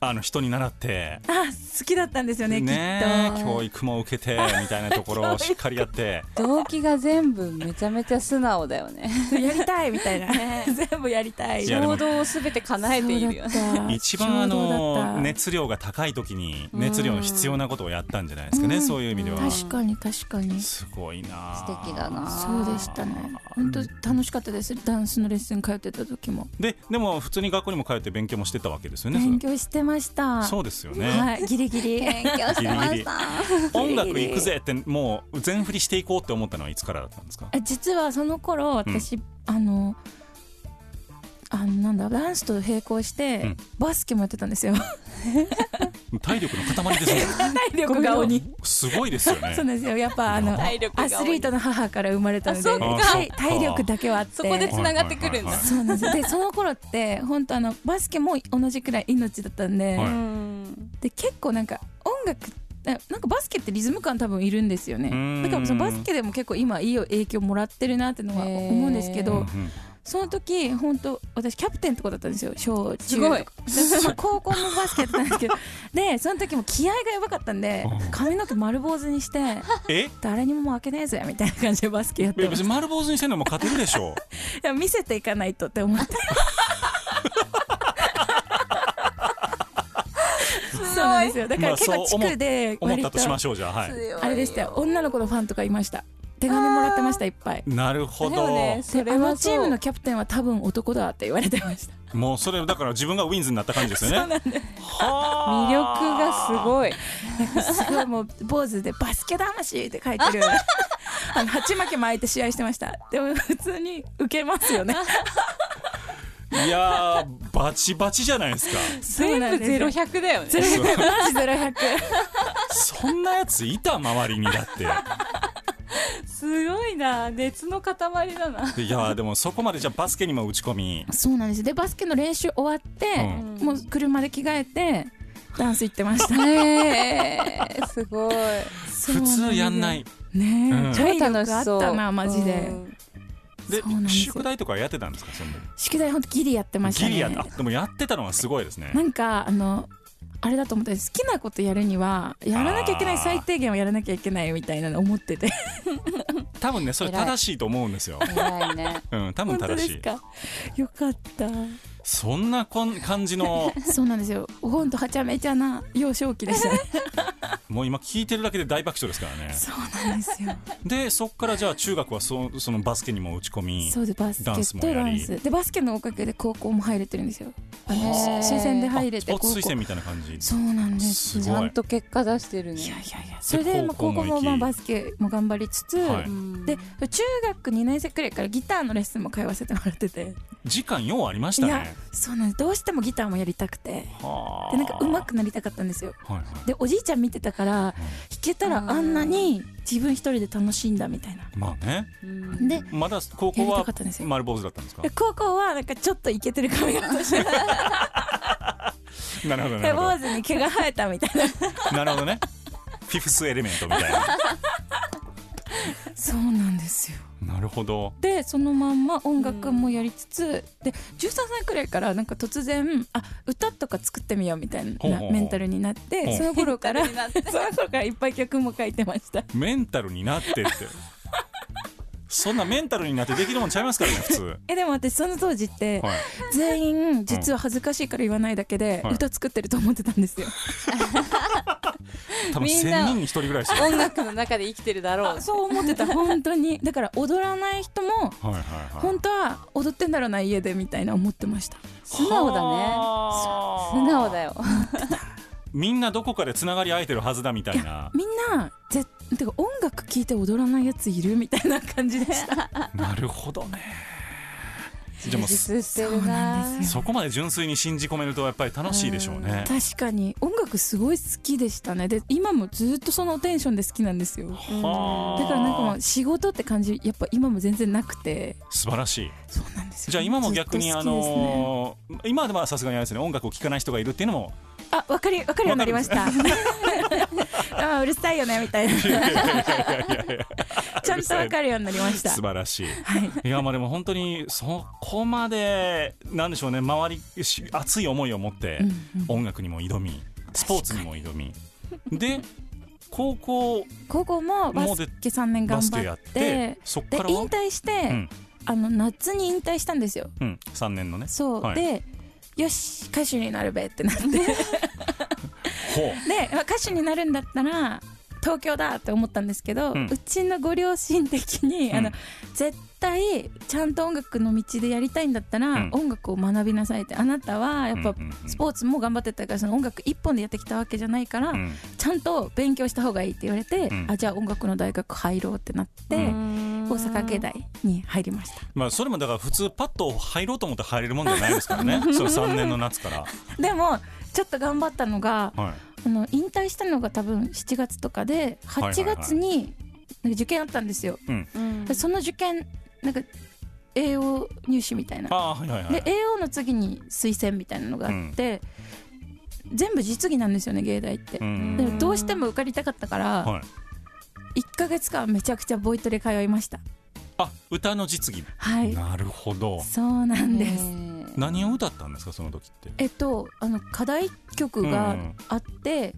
Speaker 2: あの人に習って
Speaker 4: あ好きだったんですよね
Speaker 2: ね
Speaker 4: き
Speaker 2: え
Speaker 4: っと
Speaker 2: 教育も受けてみたいなところをしっかりやって
Speaker 5: 動機が全部めちゃめちゃ素直だよね
Speaker 4: やりたいみたいな 全部やりたい
Speaker 2: いやでも
Speaker 5: 衝動をすべて叶えているよね
Speaker 4: そうだった
Speaker 2: 一番あ
Speaker 4: 衝動だっ
Speaker 2: の
Speaker 4: た
Speaker 2: 熱量が高い時に熱量の必要なことをやったんじゃないですかね、
Speaker 4: うん
Speaker 2: そういう意味では
Speaker 4: 確かに確かに
Speaker 2: すごいな
Speaker 5: 素敵だな
Speaker 4: そうでしたね本当楽しかったですダンスのレッスン通ってた時も
Speaker 2: ででも普通に学校にも通って勉強もしてたわけですよねそれ
Speaker 4: 勉強してました
Speaker 2: そうですよね、
Speaker 4: はいギリ ギリ
Speaker 5: 勉強してました
Speaker 2: 音楽行くぜってもう全振りしていこうって思ったのはいつからだったんです か
Speaker 4: え実はその頃私、あのあのなんだダンスと並行して、
Speaker 2: うん
Speaker 4: バスケもやってたんで すよ
Speaker 2: 体力の塊ですよ
Speaker 4: 体力が鬼
Speaker 2: すごいですよね
Speaker 4: そうなんですよやっぱあの
Speaker 5: 体力が
Speaker 4: アスリートの母から生まれたので
Speaker 5: あそっ
Speaker 2: か
Speaker 4: 体体力だけはあって
Speaker 5: そこで繋がってくるんだ、
Speaker 2: はいはいはい
Speaker 4: そうなんですよでその頃って本当あのバスケも同じくらい命だったんで、
Speaker 2: はい
Speaker 5: うん
Speaker 4: で結構なんか音楽ななんかバスケってリズム感多分いるんですよ
Speaker 2: うーん
Speaker 4: ねだからそのバスケでも結構今いい影響もらってるなってのは思うんです
Speaker 2: う
Speaker 4: け
Speaker 2: んう
Speaker 4: ど
Speaker 2: ん
Speaker 4: その時本当私キャプテンってことだったんですよ小中
Speaker 5: すごい
Speaker 4: とかでも高校もバスケやってたんですけどでその時も気合がやばかったん で髪の毛丸坊主にして
Speaker 2: え
Speaker 4: 誰にも負けねえぜみたいな感じでバスケやっ
Speaker 2: い
Speaker 4: て
Speaker 2: や
Speaker 4: ま
Speaker 2: 別
Speaker 4: し
Speaker 2: に丸坊主にしてんのも勝てるでし ょ
Speaker 4: たいや見せていかないとって思って そうなんですよだから結構地区で
Speaker 2: 思っ
Speaker 4: 割
Speaker 2: た
Speaker 4: と
Speaker 2: としましょうじゃあはい
Speaker 5: 強い
Speaker 4: あれでしたよ女の子のファンとかいました手紙もらってましたいっぱい
Speaker 2: なるほ
Speaker 5: でも
Speaker 2: ど
Speaker 5: ねそ
Speaker 4: で
Speaker 5: れ
Speaker 4: あ
Speaker 5: は
Speaker 4: のチ
Speaker 5: そう
Speaker 4: ームのキャプテンは多分男だって言われてました
Speaker 2: もうそれだから自分がウィンズになった感じですよねそうなん
Speaker 5: 魅力がすごい
Speaker 4: すごいもう坊主で「バスケ魂」って書いてるあの 鉢巻き巻いて試合してましたでも普通に受けますよね
Speaker 2: いやーバチバチじゃないですか
Speaker 4: そう
Speaker 5: 全
Speaker 4: なん
Speaker 5: 部
Speaker 4: です
Speaker 5: ゼロ
Speaker 4: よ
Speaker 5: 百だよね
Speaker 4: マジゼロ百。
Speaker 2: そんなやついた周りにだって
Speaker 5: すごいな熱の塊だな
Speaker 2: でいやーでもそこまでじゃあバスケにも打ち込み
Speaker 4: そうなんですよでバスケの練習終わって、
Speaker 2: う
Speaker 4: もう車で着替えてダンス行ってました
Speaker 5: えー、すごい
Speaker 2: 普通やんない
Speaker 4: ねえ、
Speaker 2: うん
Speaker 5: 超
Speaker 4: 体力
Speaker 5: 楽しそう
Speaker 4: あったなマジで、
Speaker 5: うん
Speaker 2: で
Speaker 4: そうなんですよ
Speaker 2: 宿題とかやってたんですかそんな
Speaker 4: 宿題ほんとギリやってました
Speaker 2: ギ
Speaker 4: ね
Speaker 2: リやあでもやってたのはすごいですね
Speaker 4: なんかあのあれだと思って好きなことやるにはやらなきゃいけない
Speaker 2: あー
Speaker 4: 最低限はやらなきゃいけないみたいなの思ってて
Speaker 2: 多分ねそれ正しいと思うんですよ
Speaker 5: 偉いね
Speaker 2: うん多分正しい
Speaker 4: かよかった
Speaker 2: そんなこん感じ の
Speaker 4: そうなんですよほんとはちゃめちゃな幼少期でしたね
Speaker 2: もう今聞いてるだけで大爆笑ですからね
Speaker 4: そうなんですよ
Speaker 2: でそっからじゃあ中学はそそのバスケ にも打ち込み
Speaker 4: そうでバスケ
Speaker 2: ダンス
Speaker 4: と
Speaker 2: もや
Speaker 4: ダン
Speaker 2: り
Speaker 4: スでバスケのおかげで高校も入れてるんですよあの
Speaker 5: へー
Speaker 4: 推薦で入れ
Speaker 2: ス
Speaker 4: て
Speaker 2: ポー
Speaker 4: 高
Speaker 2: ツ
Speaker 4: 校
Speaker 2: 推薦みたいな感じ
Speaker 4: そうなん です
Speaker 2: すごい
Speaker 4: よ
Speaker 5: ちゃんと結果出してる
Speaker 4: いや
Speaker 5: ね
Speaker 4: いやいやそれでまあ
Speaker 2: 高校も
Speaker 4: 高校
Speaker 2: 行き
Speaker 4: もまあバスケも頑張りつつ、
Speaker 2: はい
Speaker 5: うん
Speaker 4: で中学2年生くらいからギターのレッスンも通わせてもらってて、
Speaker 2: 時間ようありまし
Speaker 4: い
Speaker 2: た
Speaker 4: や
Speaker 2: ね
Speaker 4: そうなんですどうしてもギターもやりたくて
Speaker 2: はあ
Speaker 4: でなんか上手くなりたかったんですよ
Speaker 2: はいはい
Speaker 4: でおじいちゃん見てたから弾けたらあんなに自分一人で楽しいんだみたいな
Speaker 2: まあね
Speaker 5: うん
Speaker 4: で
Speaker 2: まだ高校
Speaker 4: やりた
Speaker 2: は
Speaker 4: かったんですよ
Speaker 2: 丸坊主だったんですか
Speaker 4: で高校はなんかちょっとイケてる髪型して
Speaker 2: なるほど なるほ
Speaker 4: 坊主に毛が生えたみたいな
Speaker 2: どなるほどねフィフスエレメントみたい な
Speaker 4: そうなんですよ
Speaker 2: なるほど
Speaker 4: でそのまんま音楽もやりつつ、で13歳くらいからなんか突然あ歌とか作ってみようみたいな
Speaker 2: ほうほうほう
Speaker 4: メンタルになって
Speaker 2: ほう
Speaker 4: その頃からそ
Speaker 5: なって
Speaker 4: の頃からいっぱい曲も書いてました
Speaker 2: メンタルになってってそんなメンタルになってできるもんちゃいますからね普 通、はい、
Speaker 4: えでも私その当時って全員実は恥ずかしいから言わないだけで
Speaker 2: はい
Speaker 4: 歌作ってると思ってたんですよ、
Speaker 2: 多分
Speaker 5: みん
Speaker 2: 1000
Speaker 5: な
Speaker 2: 人に1人ぐらいですよ
Speaker 5: 音楽の中で生きてるだろう
Speaker 4: あそう思 ってた本当にだから踊らない人も
Speaker 2: はいはいはい
Speaker 4: 本当は踊ってんだろうな家でみたいな思ってました
Speaker 5: 素直だね
Speaker 2: はあ
Speaker 5: 素直だよ
Speaker 2: みんなどこかでつながり合えてるはずだみたいな
Speaker 4: みんなぜてか音楽聴いて踊らないやついるみたいな感じでした
Speaker 2: なるほどねじゃあも
Speaker 5: 充
Speaker 2: うそ
Speaker 5: 実してる
Speaker 4: そ
Speaker 5: な
Speaker 4: うなんです
Speaker 2: そこまで純粋に信じ込めるとやっぱり楽しいでしょうね
Speaker 4: 確かに音楽すごい好きでしたねで今もずっとそのテンションで好きなんですよ
Speaker 2: はあ
Speaker 4: だからなんかもう仕事って感じやっぱ今も全然なくて
Speaker 2: 素晴らしい
Speaker 4: そうなんですよ
Speaker 2: じゃあ今も逆に
Speaker 4: ずっ
Speaker 2: あ
Speaker 4: と好きですね
Speaker 2: のー今はではさすがにあれですね音楽を聴かない人がいるっていうのも
Speaker 4: あわかりわかるようになりました。 あうるさいよねみた いな。 ちゃんとわかるようになりました。
Speaker 2: 素晴らしい。い、やまあでも本当にそこまでなんでしょうね周りし熱い思いを持って
Speaker 4: うんうん
Speaker 2: 音楽にも挑みスポーツにも挑みで高校
Speaker 4: 高校もバ
Speaker 2: もう
Speaker 4: ス
Speaker 2: で
Speaker 4: ケ3年頑
Speaker 2: バスケ
Speaker 4: 張
Speaker 2: やっ
Speaker 4: って
Speaker 2: てそっ
Speaker 4: で
Speaker 2: から
Speaker 4: 引
Speaker 2: は、
Speaker 4: 退して、
Speaker 2: うん
Speaker 4: あの夏に引退したんですよ。
Speaker 2: うん、3年のね
Speaker 4: そう、
Speaker 2: はい
Speaker 4: でよし歌手になるべってなってで、
Speaker 2: ほ
Speaker 4: まあ、歌手になるんだったら東京だって思ったんですけど、
Speaker 2: う
Speaker 4: うんちのご両親的に、あ
Speaker 2: う
Speaker 4: の
Speaker 2: ん
Speaker 4: 絶対ちゃんと音楽の道でやりたいんだったら、
Speaker 2: うん
Speaker 4: 音楽を学びなさいってあなたはやっぱ、
Speaker 2: うんうんうん
Speaker 4: スポーツも頑張ってたからその音楽一本でやってきたわけじゃないから、
Speaker 2: う、うん
Speaker 4: ちゃんと勉強した方がいいって言われて、
Speaker 2: うん
Speaker 4: あじゃあ音楽の大学入ろうってなって、
Speaker 2: うん
Speaker 5: 大
Speaker 4: 大阪芸大に入りました
Speaker 2: まあ、それもだから普通パッと入ろうと思って入れるもんじゃないですから ねその3年の夏から、
Speaker 4: でもちょっと頑張ったのが
Speaker 2: はい、
Speaker 4: あの引退したのが多分7月とかで
Speaker 2: はいはい
Speaker 4: 8月に受験あったんですよ、
Speaker 5: うん
Speaker 4: でその受験なんか栄養入試みたいな
Speaker 2: ああはいはいは
Speaker 4: で
Speaker 2: い
Speaker 4: 栄養の次に推薦みたいなのがあって、全部実技なんですよね芸大って
Speaker 2: う、ん
Speaker 4: でもどうしても受かりたかったから、
Speaker 2: はい
Speaker 4: 1ヶ月間めちゃくちゃボイトレ通いました
Speaker 2: あ歌の実技
Speaker 4: はい
Speaker 2: なるほど
Speaker 4: そうなんです、
Speaker 5: す
Speaker 2: 何を歌ったんですかその時って
Speaker 4: えっとあの課題曲
Speaker 2: う
Speaker 4: が
Speaker 2: ん
Speaker 4: あって、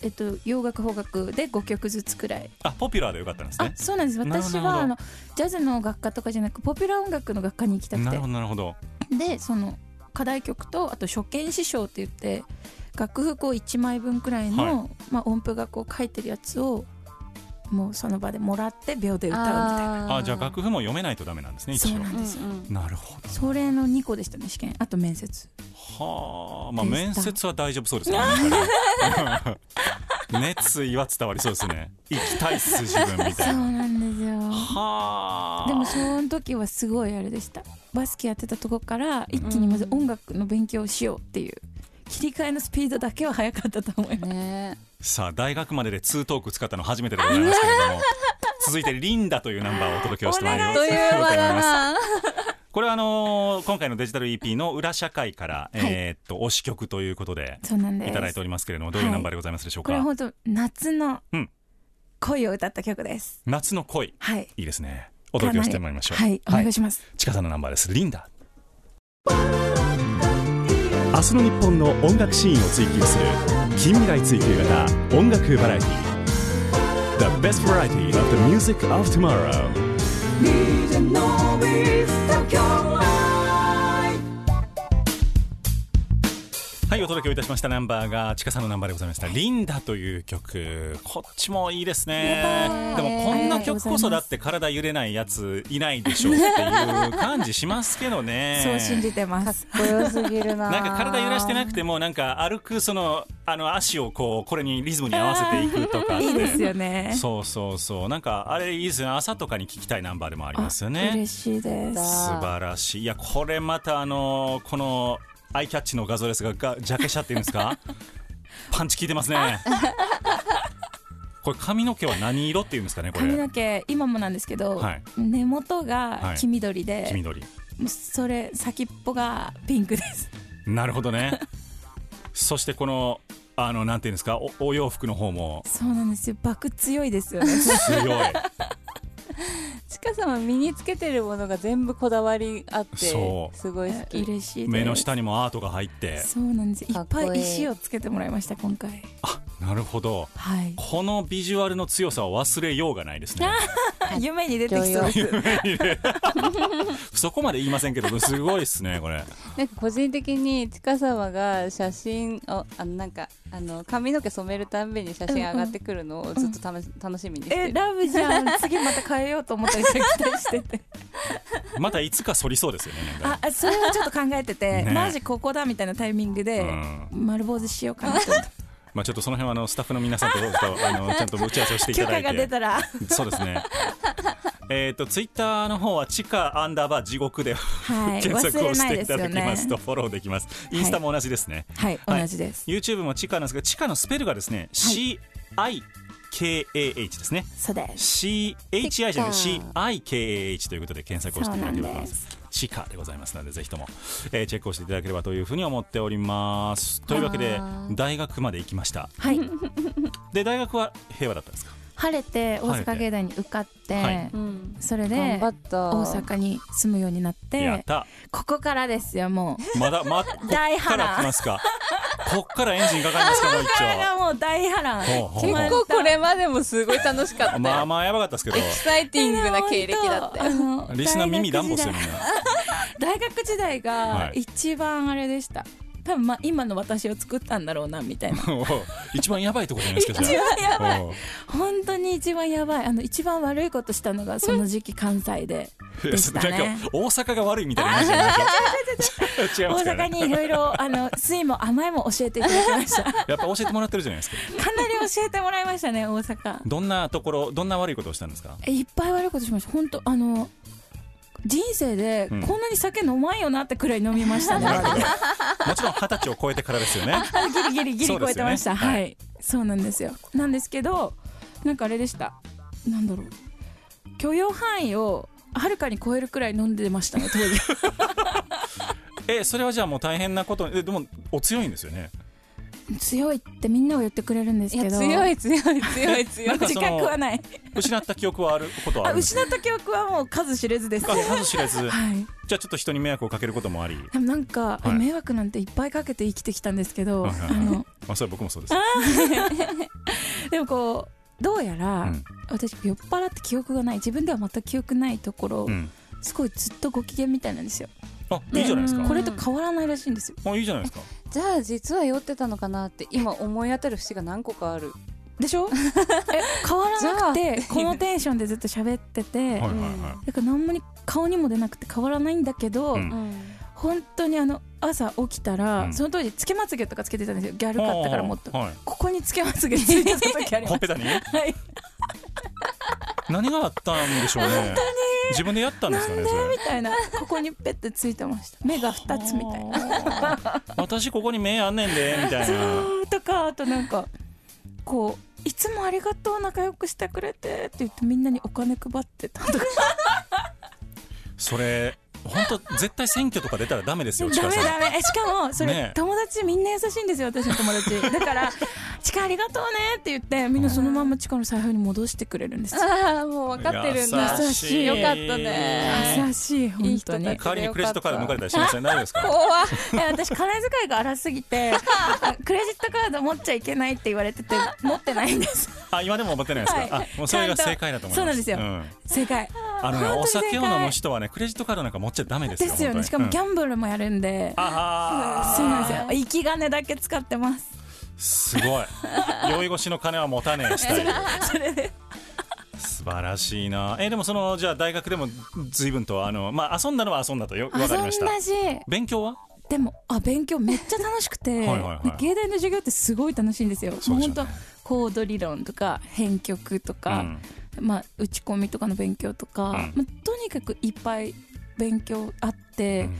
Speaker 4: えっと洋楽邦楽で5曲ずつくらい
Speaker 2: あポピュラーでよかったんです
Speaker 4: あ
Speaker 2: ね
Speaker 4: そうなんです
Speaker 2: なるほど
Speaker 4: 私
Speaker 2: なるほ
Speaker 4: は
Speaker 2: ど
Speaker 4: あのジャズの学科とかじゃなくポピュラー音楽の学科に行きたく
Speaker 2: なる
Speaker 4: て
Speaker 2: ほどなるほど
Speaker 4: でその課題曲とあと初見師匠って言って楽譜こう1枚分くらいの、
Speaker 2: は
Speaker 4: まあ、音符がこう書いてるやつをもうその場でもらって秒で歌うみたい
Speaker 2: あじゃあ楽譜も読めないとダメなんですね
Speaker 4: な
Speaker 2: 一
Speaker 4: そう
Speaker 2: 応
Speaker 4: なん
Speaker 5: うん
Speaker 4: ですよ、
Speaker 5: うん
Speaker 2: なるほど
Speaker 4: それの2個でしたね試験あと面接
Speaker 2: はあまあ
Speaker 4: でした
Speaker 2: 面接は大丈夫そうですね 熱意は伝わりそうですね行きたいっす自分みた
Speaker 4: そ
Speaker 2: いうなは
Speaker 4: なんですよ
Speaker 2: あ
Speaker 4: でもその時はすごいあれでしたバスケやってたとこから一気にまず音楽の勉強をしようっていう切り替えのスピードだけは早かったと思います
Speaker 5: ね
Speaker 2: さあ大学まででツートーク使ったの初めてでございますけれ ども続いてリンダというナンバーをお届けをしてまいります
Speaker 5: という間だ
Speaker 2: ます
Speaker 5: な
Speaker 2: これはあのー今回のデジタル EP の裏社会から、えーっと推し曲ということで
Speaker 4: そうなんです
Speaker 2: いただいておりますけれどもどういうナンバーでございますでしょう
Speaker 4: こ
Speaker 2: か、
Speaker 4: れ本当夏の
Speaker 2: うん
Speaker 4: 恋を歌った曲です、
Speaker 2: 夏の恋
Speaker 4: はい
Speaker 2: いいですねお届けをしてまいりましょう
Speaker 4: はいお願いします、
Speaker 2: 近さんのナンバーですリンダ
Speaker 3: 明日の日本の音楽シーンを追求する近未来追求型音楽バラエティ The best variety of the music of tomorrow
Speaker 2: はいお届けをいたしましたナンバーが近さんのナンバーでございました「リンダ」という曲こっちもいいですねでもこんな曲こそだって体揺れないやついないでしょうっていう感じしますけどね
Speaker 4: そう信じてます
Speaker 5: ごよすぎ るな
Speaker 2: なんか体揺らしてなくてもなんか歩くそのあの足をこうこれにリズムに合わせていくとかって
Speaker 4: いいですよね
Speaker 2: そうそうそうなんかあれいいですね朝とかに聞きたいナンバーでもありますよね
Speaker 4: 嬉しいです
Speaker 2: 素晴らしいいやこれまたあのーこのアイキャッチの画像ですががジャケ写っていうんです かパンチ効いてますねこれ髪の毛は何色っていうんですかねこ
Speaker 4: 髪
Speaker 2: れ
Speaker 4: の毛今もなんですけど、
Speaker 2: はい
Speaker 4: 根元
Speaker 2: は
Speaker 4: が
Speaker 2: い
Speaker 4: 黄緑で、
Speaker 2: 黄緑
Speaker 4: それ先っぽがピンクです
Speaker 2: なるほどねそしてこのあのなんていうんですかおお洋服の方も
Speaker 4: そうなんですよ爆強いですよね
Speaker 2: 強い
Speaker 5: ちかさんは身につけてるものが全部こだわりあって
Speaker 2: そう
Speaker 5: すごい好き
Speaker 4: 嬉しいです
Speaker 2: 目の下にもアートが入って
Speaker 4: そうなんですい
Speaker 5: か
Speaker 4: っ
Speaker 5: っこいい
Speaker 4: ぱい石をつけてもらいました今回
Speaker 2: なるほど
Speaker 4: はい
Speaker 2: このビジュアルの強さは忘れようがないですね
Speaker 4: 夢に出てきそうです
Speaker 2: そこまで言いませんけどすごいですねこれ
Speaker 5: なんか個人的にちかさまが写真をあのなんかあの髪の毛染めるたんびに写真上がってくるのをずっと楽し楽しみにして
Speaker 4: え
Speaker 5: る
Speaker 4: ラブじゃん次また変えようと思ったりして期待してて
Speaker 2: またいつか反りそうですよねなんか
Speaker 4: ああそれはちょっと考えてて、
Speaker 2: ね
Speaker 4: マジここだみたいなタイミングで、
Speaker 2: うん
Speaker 4: 丸坊主しようかなと思 って
Speaker 2: まあ、ちょっとその辺はあのスタッフの皆さんとちょっとあ のちゃんと打ち合わせをしてい
Speaker 4: 許
Speaker 2: ただ
Speaker 4: 可
Speaker 2: い
Speaker 4: が出
Speaker 2: て
Speaker 4: たら
Speaker 2: そうです ねえっとツイッターの方は地下アンダーバー地獄で、
Speaker 4: はい
Speaker 2: 検
Speaker 4: 忘
Speaker 2: 索を
Speaker 4: れ
Speaker 2: し
Speaker 4: ない
Speaker 2: てい
Speaker 4: です
Speaker 2: た
Speaker 4: よ
Speaker 2: だき
Speaker 4: ね
Speaker 2: ますとフォローできますインスタも同じですね、
Speaker 4: はい
Speaker 2: はい
Speaker 4: 同じです、
Speaker 2: YouTube も地下なんですけど地下のスペルがですね、CIKAH ですね
Speaker 4: そうです
Speaker 2: CHI じゃなくて
Speaker 5: 地
Speaker 2: CIKAH ということで検索をしていただければと思います地下でございますのでぜひとも、えーチェックをしていただければというふうに思っておりますというわけで大学まで行きました
Speaker 4: はい
Speaker 2: で大学は平和だったんですか
Speaker 4: 晴れて大阪芸大に受かって、
Speaker 2: はい
Speaker 5: うん
Speaker 4: それ
Speaker 5: 頑
Speaker 4: で
Speaker 5: 張った
Speaker 4: 大阪に住むようになっ
Speaker 2: やってた
Speaker 4: ここからですよも
Speaker 2: まだ まこっ
Speaker 4: 大波
Speaker 2: か
Speaker 4: 乱
Speaker 2: ら来ますかこっからエンジンかかりますかもう一
Speaker 4: うがもう大波乱
Speaker 2: ほうほうほう
Speaker 5: 結構これまでもすごい楽しかった
Speaker 2: 丁
Speaker 5: よ
Speaker 2: まあまあやばかったですけど
Speaker 5: エキサイティングな経歴だったよ
Speaker 4: よ
Speaker 2: リスナー耳ダンボするね
Speaker 4: 大学時
Speaker 2: は
Speaker 4: 代が
Speaker 2: い
Speaker 4: 一番あれでした、多分まあ今の私を作ったんだろうなみ たいな
Speaker 2: 一番やばいとこじゃないですか
Speaker 4: 一番やばい
Speaker 2: おう
Speaker 4: 本当に一番やばいあの一番悪いことしたのがその時期関西ででした
Speaker 2: いやなん
Speaker 4: ね
Speaker 2: か大阪が悪いみたいな話じゃないでしょ違い
Speaker 4: 大
Speaker 2: ますから
Speaker 4: 阪にい
Speaker 2: ね
Speaker 4: ろいろあの酸いも甘いも教えていただきま したかな
Speaker 2: やっぱ教えてもらってるじゃないですか
Speaker 4: り教えてもらいましたね大阪
Speaker 2: どんなところどんな悪いことをしたんです か
Speaker 4: えいっぱい悪いことしました本当あの人生で
Speaker 2: うん
Speaker 4: こんなに酒飲まんよなってくらい飲み ましたね、
Speaker 2: もちろん二十歳を超えてからですよね
Speaker 4: ギリギリギ
Speaker 2: そう
Speaker 4: リ
Speaker 2: ですよね
Speaker 4: 超えてました、
Speaker 2: はい
Speaker 4: はいそうなんですよなんですけどなんかあれでしたなんだろう許容範囲をはるかに超えるくらい飲んでましたね 当時
Speaker 2: えそれはじゃあもう大変なことえでもお強いんですよね
Speaker 4: 強いってみんなは言ってくれるんです
Speaker 5: いや
Speaker 4: けど
Speaker 5: 強い強い強い強い
Speaker 2: なんか
Speaker 4: 自
Speaker 2: その
Speaker 4: 覚はない
Speaker 2: 失った記憶はあることはあ
Speaker 4: あ
Speaker 2: るんです
Speaker 4: 失った記憶はもう数知れずです
Speaker 2: かあ数知れず
Speaker 4: はい
Speaker 2: じゃあちょっと人に迷惑をかけることもあり
Speaker 4: でもなん
Speaker 2: は
Speaker 4: か、
Speaker 2: い
Speaker 4: 迷惑なんていっぱいかけて生きてきたんですけど、
Speaker 2: はいはいは
Speaker 4: あ
Speaker 2: い
Speaker 4: の
Speaker 2: まあそれは僕もそうです
Speaker 4: でもこうどうやら、
Speaker 2: うん
Speaker 4: 私酔っ払って記憶がない自分では全く記憶ないところ、
Speaker 2: うん
Speaker 4: すごいずっとご機嫌みたいなんですよ
Speaker 2: あいいじゃないですか
Speaker 4: これと変わらないらしいんですよ
Speaker 2: あいいじゃないですか
Speaker 5: じゃあ実は酔ってたのかなって今思い当たる節が何個かある
Speaker 4: でしょ え変わらなくて
Speaker 5: じゃあ
Speaker 4: このテンションでずっと喋ってて、
Speaker 2: はいはいは
Speaker 4: だから何もに顔にも出なくて変わらないんだけど、
Speaker 2: うん
Speaker 4: 本当にあの朝起きたら、
Speaker 2: うん
Speaker 4: その当時つけまつげとかつけてたんですよギャルかったからもっと
Speaker 2: いは
Speaker 4: ここにつけまつげついてた時あ
Speaker 2: い
Speaker 4: り
Speaker 2: ほ
Speaker 4: ま
Speaker 2: っ
Speaker 4: す
Speaker 2: ぺたに
Speaker 4: はい
Speaker 2: 何があったんでしょうね自分でやったんですかねそれ
Speaker 4: みたいなここにペッてついてました目が2つみたいな
Speaker 2: な私ここに目あんねんでみたいな
Speaker 4: そうとかあとなんかこういつもありがとう仲良くしてくれてって言ってみんなにお金配ってたとか
Speaker 2: それ本当絶対選挙とか出たらダメです
Speaker 4: ダ
Speaker 2: よ
Speaker 4: メ
Speaker 2: ちかさん
Speaker 4: ダメえしかもそれ、
Speaker 2: ねえ
Speaker 4: 友達みんな優しいんですよ私の友達だから「チカありがとうね」って言ってみんなそのままチカの財布に戻してくれるんですよ
Speaker 5: ああもう分かってるんだ
Speaker 2: 優しい
Speaker 5: よかったね
Speaker 4: 優しい
Speaker 5: いい
Speaker 4: 本
Speaker 5: 人
Speaker 4: 当
Speaker 5: たち
Speaker 4: に
Speaker 5: だ
Speaker 4: え
Speaker 2: 代わりにクレジットカード抜かれたりしません大丈夫ですか
Speaker 5: 怖っ
Speaker 4: 私金遣いが荒すぎてあクレジットカード持っちゃいけないって言われ てて持ってないんです
Speaker 2: あ今でも思ってないですかあもうそれが正解だと思います
Speaker 4: そうなんですよ
Speaker 2: ん
Speaker 4: 正解
Speaker 2: あのね
Speaker 4: 本当に
Speaker 2: お酒を飲む
Speaker 4: 正解
Speaker 2: 人はねクレジットカードなんか持っちゃダメです
Speaker 4: で
Speaker 2: よ
Speaker 4: すよねしかもギ
Speaker 2: ャ
Speaker 4: ャンブルもやるんで、
Speaker 2: あ
Speaker 4: そうなんですよ生き金だけ使ってます
Speaker 2: ーす ごい酔い越しの金は持たねえしたい素晴らしいなえでもそのじゃあ大学でも随分とあのまあ遊んだのは遊んだとよわかりました
Speaker 4: し
Speaker 2: 勉強は
Speaker 4: でもあ勉強めっちゃ楽しく
Speaker 2: はい
Speaker 4: て
Speaker 2: はいはい
Speaker 4: で芸大の授業ってすごい楽しいんですよ
Speaker 2: そうで
Speaker 4: も
Speaker 2: す
Speaker 4: う
Speaker 2: よね
Speaker 4: 本当コード理論とか編曲と
Speaker 2: う
Speaker 4: か
Speaker 2: ん、
Speaker 4: まあ、打ち込みとかの勉強とか、
Speaker 2: う
Speaker 4: まあ、とにかくいっぱい勉強あっ
Speaker 2: う
Speaker 4: て、
Speaker 2: ん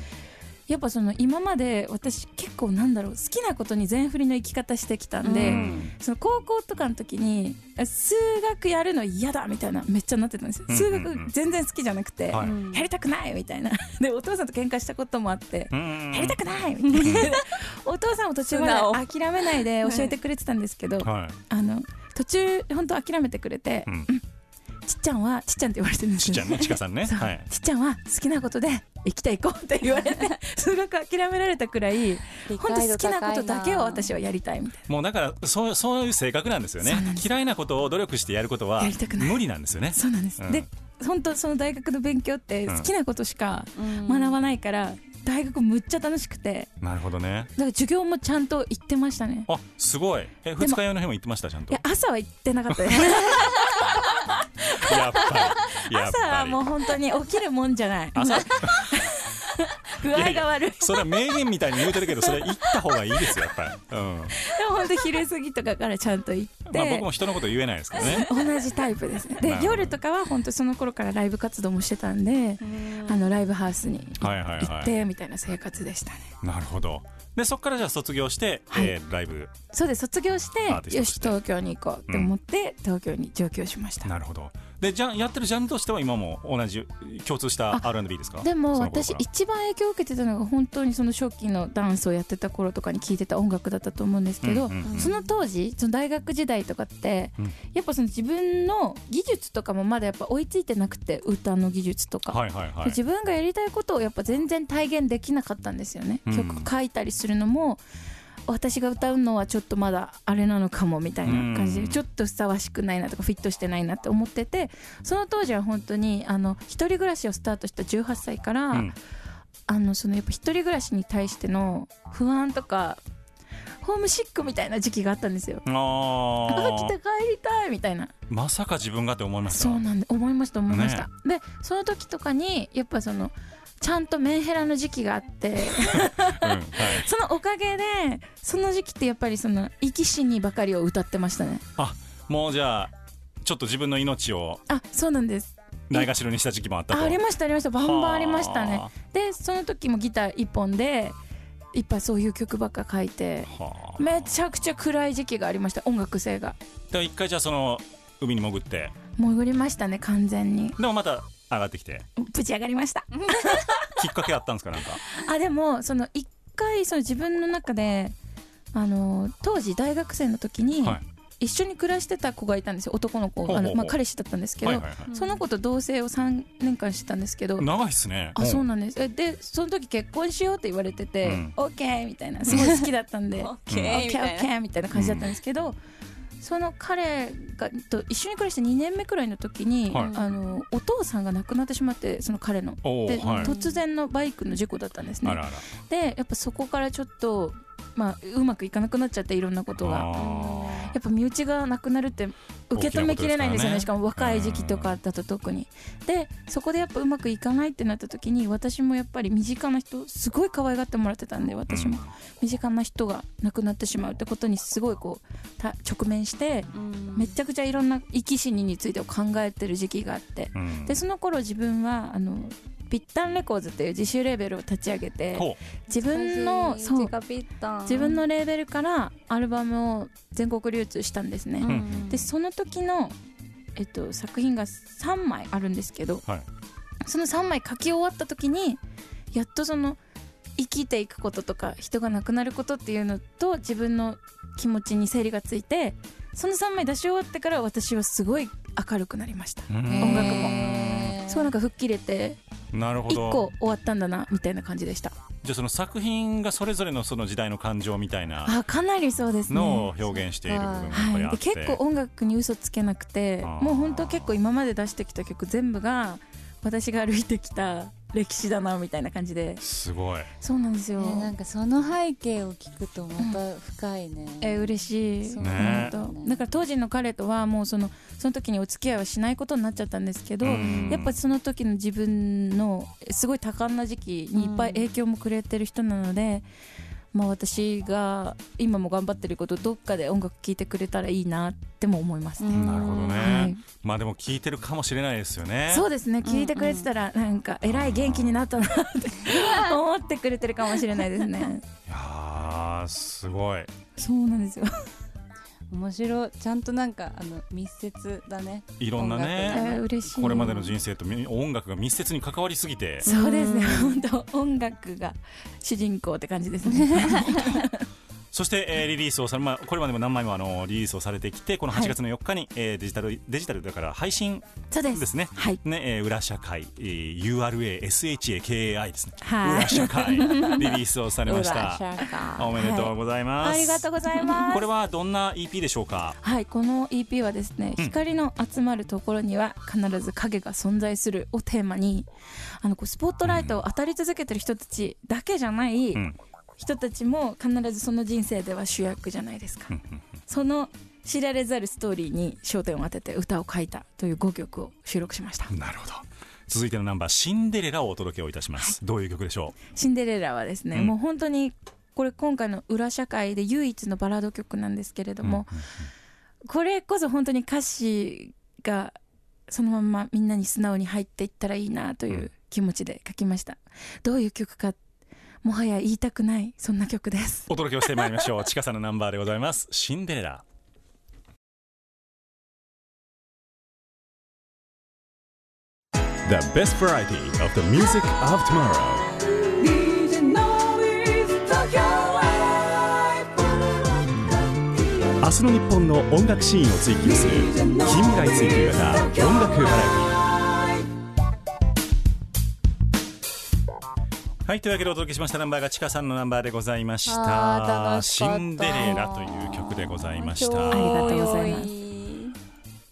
Speaker 4: やっぱその今まで私結構なんだろう好きなことに全振りの生き方してきたんで、
Speaker 2: うん
Speaker 4: その高校とかの時にあ数学やるの嫌だみたいなめっちゃなってたんですよ
Speaker 2: うん
Speaker 4: 数
Speaker 2: うんうん
Speaker 4: 学全然好きじゃなくて、
Speaker 2: はい
Speaker 4: やりたくないみたいな でお父さんと喧嘩したこともあって、
Speaker 2: うん
Speaker 4: やりたくないみたいなお父さんも途中
Speaker 5: 素
Speaker 4: まで
Speaker 5: 直
Speaker 4: 諦めないで教えてくれてたんですけど、
Speaker 2: はい
Speaker 4: あの途中本当諦めてくれて、
Speaker 2: うん
Speaker 4: ちっちゃんはちっちゃんって言われてるんです
Speaker 2: ちっ
Speaker 4: よ
Speaker 2: ちゃん ねちかさんね
Speaker 4: そう
Speaker 2: はい
Speaker 4: ちっちゃんは好きなことで生きていこうって 言われて数学諦められたくらい本当好きなことだけを私はやりたいみたい
Speaker 2: もうだからそうそういう性格なんですよね嫌いなことを努力してやることは
Speaker 4: やりたくない
Speaker 2: 無理なんですよね
Speaker 4: なそうなんです、
Speaker 2: うん
Speaker 4: で本当その大学の勉強って
Speaker 2: うん
Speaker 4: 好きなことしか
Speaker 5: うん
Speaker 4: 学ばないから、大学むっちゃ楽しくて
Speaker 2: なるほどね
Speaker 4: だから授業もちゃんと行ってましたね
Speaker 2: あすごいえ二日酔いの日も行ってましたちゃん
Speaker 4: い
Speaker 2: と
Speaker 4: や朝は行ってなかったです
Speaker 2: やっぱりやっ
Speaker 4: 朝
Speaker 2: ぱ
Speaker 4: は
Speaker 2: り
Speaker 4: もう本当に起きるもんじゃない 具合が悪い
Speaker 2: それは名言みたいに言うてるけどそれ行った方がいいですよやっぱり、うん
Speaker 4: でも本当昼過ぎとかからちゃんと行って、
Speaker 2: まあ、僕も人のこと言えないですけどね
Speaker 4: 同じタイプですね
Speaker 2: なる
Speaker 4: で
Speaker 2: ほど
Speaker 4: 夜とかは本当その頃からライブ活動もしてたんであのライブハウスに
Speaker 2: はいはい
Speaker 4: 行
Speaker 2: は
Speaker 4: ってみたいな生活でしたね、
Speaker 2: いなるほどでそっからじゃあ卒業して、
Speaker 4: はい
Speaker 2: えーライブ
Speaker 4: そうです卒業して
Speaker 2: アーティスト
Speaker 4: よ
Speaker 2: と
Speaker 4: し
Speaker 2: して
Speaker 4: 東京に行こうって思って、東京に上京しました
Speaker 2: なるほどでじゃやってるジャンルとしては今も同じ共通した R&B ですか
Speaker 4: でも
Speaker 2: その頃
Speaker 4: 私
Speaker 2: から
Speaker 4: 一番影響を受けてたのが本当にその初期のダンスをやってた頃とかに聴いてた音楽だったと思うんですけど、
Speaker 2: うんうんうん
Speaker 4: その当時その大学時代とかって、
Speaker 2: うん
Speaker 4: やっぱその自分の技術とかもまだやっぱ追いついてなくて歌の技術とか、
Speaker 2: はいはいはい
Speaker 4: 自分がやりたいことをやっぱ全然体現できなかったんですよね、
Speaker 2: うん
Speaker 4: 曲書いたりするのも私が歌うのはちょっとまだあれなのかもみたいな感じで、
Speaker 2: うん
Speaker 4: ちょっとふさわしくないなとかフィットしてないなって思っててその当時は本当にあの一人暮らしをスタートした18歳から、
Speaker 2: うん
Speaker 4: あのそのやっぱ一人暮らしに対しての不安とかホームシックみたいな時期があったんですよ。
Speaker 2: あ
Speaker 4: あ
Speaker 2: ー
Speaker 4: 来て帰りたいみたいな
Speaker 2: まさか自分がって思いました
Speaker 4: そうなんで思いました思いました、
Speaker 2: ね
Speaker 4: でその時とかにやっぱそのちゃんとメンヘラの時期があって
Speaker 2: うんはい、
Speaker 4: そのおかげでその時期ってやっぱりその生き死にばかりを歌ってましたね
Speaker 2: もうじゃあちょっと自分の命を
Speaker 4: あそうなんです
Speaker 2: ないがしろにした時期もあったと
Speaker 4: あありましたありましたバンバンありましたね
Speaker 2: は
Speaker 4: でその時もギター一本でいっぱいそういう曲ばっか書いて
Speaker 2: あはあ
Speaker 4: めちゃくちゃ暗い時期がありました音楽性が
Speaker 2: でも一回じゃあその海に潜って
Speaker 4: 潜りましたね完全に
Speaker 2: でもまた上がってきて
Speaker 4: ぶち上がりました
Speaker 2: きっかけあったんですかなんか
Speaker 4: あでもその一回その自分の中であの当時大学生の時に
Speaker 2: はい
Speaker 4: 一緒に暮らしてた子がいたんですよ男の子
Speaker 2: ほうほう
Speaker 4: あ
Speaker 2: ほ
Speaker 4: の、
Speaker 2: う
Speaker 4: まあ、彼氏だったんですけど、
Speaker 2: はいはいは
Speaker 4: その子と同棲を3年間してたんですけど
Speaker 2: い。長いですね。
Speaker 4: あそう
Speaker 2: な
Speaker 4: なんですえでその時結婚しようって言われてて
Speaker 2: うん
Speaker 4: 「オッケーみたいなすごい好きだった んで
Speaker 5: オ
Speaker 4: オッ
Speaker 5: ッケー
Speaker 4: ケ
Speaker 5: み
Speaker 4: ーオ
Speaker 5: たい
Speaker 4: ッケ
Speaker 5: な。
Speaker 4: ーみたいな感じだったんですけど、その彼がと一緒に暮らして2年目くらいの時に、
Speaker 2: はい
Speaker 4: あのお父さんが亡くなってしまってその彼の。
Speaker 2: お
Speaker 4: で、
Speaker 2: ーはい。
Speaker 4: 突然のバイクの事故だったんですね
Speaker 2: あらあら。
Speaker 4: でやっぱそこからちょっと、まあ、うまくいかなくなっちゃっていろんなことが
Speaker 2: あ
Speaker 4: やっぱ身内がなくなるって受け止めきれないんですよね
Speaker 2: 大きなことですからね
Speaker 4: しかも若い時期とかだと特にでそこでやっぱうまくいかないってなった時に私もやっぱり身近な人すごい可愛がってもらってたんで
Speaker 2: ー
Speaker 4: 私も身近な人が亡くなってしまうってことにすごいこうた直面してめちゃくちゃいろんな生き死にについてを考えてる時期があって
Speaker 2: うんうん
Speaker 4: でその頃自分はあのぴったんレコーズっていう自主レーベルを立ち上げて
Speaker 2: ほ
Speaker 4: 自分のそう自分
Speaker 5: の
Speaker 4: のレーベルからアルバムを全国流通したんですね、
Speaker 2: ん
Speaker 4: でその時の、えっと、作品が3枚あるんですけど、
Speaker 2: はい
Speaker 4: その3枚書き終わった時にやっとその生きていくこととか人が亡くなることっていうのと自分の気持ちに整理がついてその3枚出し終わってから私はすごい明るくなりました
Speaker 2: う。うん
Speaker 4: 音楽もそうなんか吹っ切れて
Speaker 2: なるほ
Speaker 4: 1
Speaker 2: ど。
Speaker 4: 個終わったんだなみたいな感じでした
Speaker 2: じゃあその作品がそれぞれのその時代の感情みたいな
Speaker 4: あかなりそうですね
Speaker 2: のを表現している部分がやっぱりあ
Speaker 4: は
Speaker 2: っ
Speaker 4: い、で
Speaker 2: て。
Speaker 4: 結構音楽に嘘つけなくて
Speaker 2: あー
Speaker 4: もう本当結構今まで出してきた曲全部が私が歩いてきた歴史だなみたいな感じです
Speaker 2: ごい。
Speaker 4: そうなんですよ、
Speaker 5: ねなんかその背景を聞くとまた深いね。
Speaker 4: えー嬉しい、
Speaker 5: そう
Speaker 2: ね
Speaker 4: 本当だから当時の彼とはもうそのその時にお付き合いはしないことになっちゃったんですけど、
Speaker 2: うん
Speaker 4: やっぱその時の自分のすごい多感な時期にいっぱい影響もくれてる人なので、まあ、私が今も頑張ってることどっかで音楽聴いてくれたらいいなっても思いますね。
Speaker 2: なるほどね、
Speaker 4: はい
Speaker 2: まあでも聞いてるかもしれないですよね。
Speaker 4: そうですね聞いてくれてたらなんかえらい元気になったなって思ってくれてるかもしれないですね
Speaker 2: いやーすごい。
Speaker 4: そうなん ですよ
Speaker 5: 面白いちゃんとなんかあの密接だね。
Speaker 2: いろんな
Speaker 5: え音楽
Speaker 2: ね。
Speaker 5: ー
Speaker 4: 嬉しい
Speaker 2: これまでの人生とみ音楽が密接に関わりすぎて
Speaker 4: そうですね本当音楽が主人公って感じですね
Speaker 2: そして、えーリリースをされ、まあ、これまでも何枚もあのリリースをされてきてこの8月の4日に、えーデジタルデジタルだから配信
Speaker 4: そうです
Speaker 2: ですね
Speaker 4: はい
Speaker 2: ね、えー裏社会、えー URASHAKAI ですね
Speaker 4: は
Speaker 2: 裏
Speaker 4: い
Speaker 2: 社 会リリースをされまし
Speaker 5: 裏
Speaker 2: た
Speaker 5: シャーカー
Speaker 2: おめでとうございます、
Speaker 4: ありがとうございます
Speaker 2: これはどんな EP でしょうか
Speaker 4: はいこの EP はですね、
Speaker 2: うん
Speaker 4: 光の集まるところには必ず影が存在するをテーマにあのこうスポットライトを当たり続けてる人たちだけじゃない
Speaker 2: うん
Speaker 4: 人たちも必ずその人生では主役じゃないですか、
Speaker 2: うんうん
Speaker 4: その知られざるストーリーに焦点を当てて歌を書いたという5曲を収録しました
Speaker 2: なるほど続いてのナンバー「シンデレラ」をお届けをいたします、どういう曲でしょ
Speaker 4: 「シンデレラ」はですね、
Speaker 2: うん
Speaker 4: もう本当にこれ今回の裏社会で唯一のバラード曲なんですけれど
Speaker 2: う
Speaker 4: も、これこそ本当に歌詞がそのまんまみんなに素直に入っていったらいいなという気持ちで書きましたどういう曲かもはや言いたくないそんな曲です
Speaker 2: お届けをしてまいりましょうちかさんのナンバーでございます「シンデレラ」
Speaker 3: The best variety of the music of tomorrow. DJ 明日の日本の音楽シーンを追求する近未来追求型音楽バラエティ
Speaker 2: はいというわけでお届けしましたナンバーがちかさんのナンバーでございまし
Speaker 5: あー
Speaker 2: た「
Speaker 5: 楽し
Speaker 2: シ
Speaker 5: かった
Speaker 2: ンデレラ」という曲でございまし
Speaker 5: あ
Speaker 4: り
Speaker 2: た
Speaker 4: が
Speaker 5: ー
Speaker 4: とうございます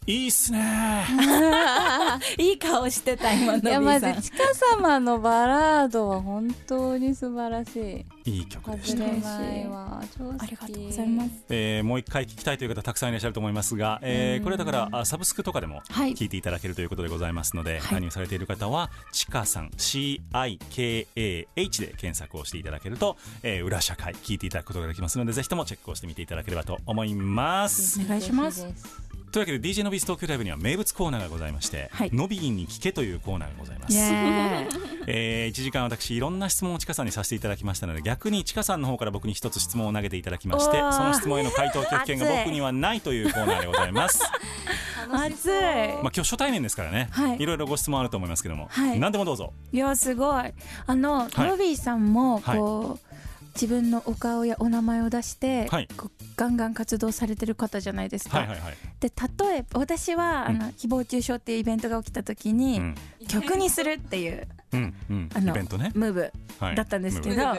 Speaker 2: いいっすね
Speaker 4: いい顔してた今の
Speaker 5: いやまずちか様のバラードは本当に素晴らしい。
Speaker 2: いい曲でし
Speaker 5: 外
Speaker 2: た、
Speaker 5: れないわ。超好き
Speaker 4: ありがとうございます。
Speaker 2: えーもう一回聞きたいという方たくさんいらっしゃると思いますが、えーこれだからあサブスクとかでも
Speaker 4: はい
Speaker 2: 聞いていただけるということでございますので、
Speaker 4: はい
Speaker 2: 何をされている方はちかさん CIKAH で検索をしていただけると、えー裏社会聞いていただくことができますのでぜひともチェックをしてみていただければと思います、
Speaker 4: お願いします。
Speaker 2: というわけで DJ のビス東京ライブには名物コーナーがございまして、
Speaker 4: はい
Speaker 2: のびーに聞けというコーナーがございます
Speaker 4: イエーイ
Speaker 2: えー、1時間私いろんな質問をちかさんにさせていただきましたので逆にちかさんの方から僕に一つ質問を投げていただきまして
Speaker 4: おー
Speaker 2: その質問への回答拒否権が僕にはないというコーナーでござい ます
Speaker 4: 熱い。
Speaker 2: まあ今日初対面ですからね、
Speaker 4: はい
Speaker 2: い、ろいろご質問あると思いますけども、
Speaker 4: はい
Speaker 2: 何でもどうぞ
Speaker 4: いやすごい。あ
Speaker 2: は
Speaker 4: の、
Speaker 2: い
Speaker 4: ロビーさんもこう、自分のお顔やお名前を出して、
Speaker 2: はい
Speaker 4: こうガンガン活動されてる方じゃないですか。
Speaker 2: はいはいはい。
Speaker 4: で例えば私は、
Speaker 2: うん
Speaker 4: あの誹謗中傷っていうイベントが起きた時に、
Speaker 2: うん
Speaker 4: 曲にするっていう
Speaker 2: うんうん
Speaker 4: あの
Speaker 2: イベントね。
Speaker 4: ムーブ
Speaker 2: はい
Speaker 4: だったんですけ
Speaker 2: ム
Speaker 4: ど、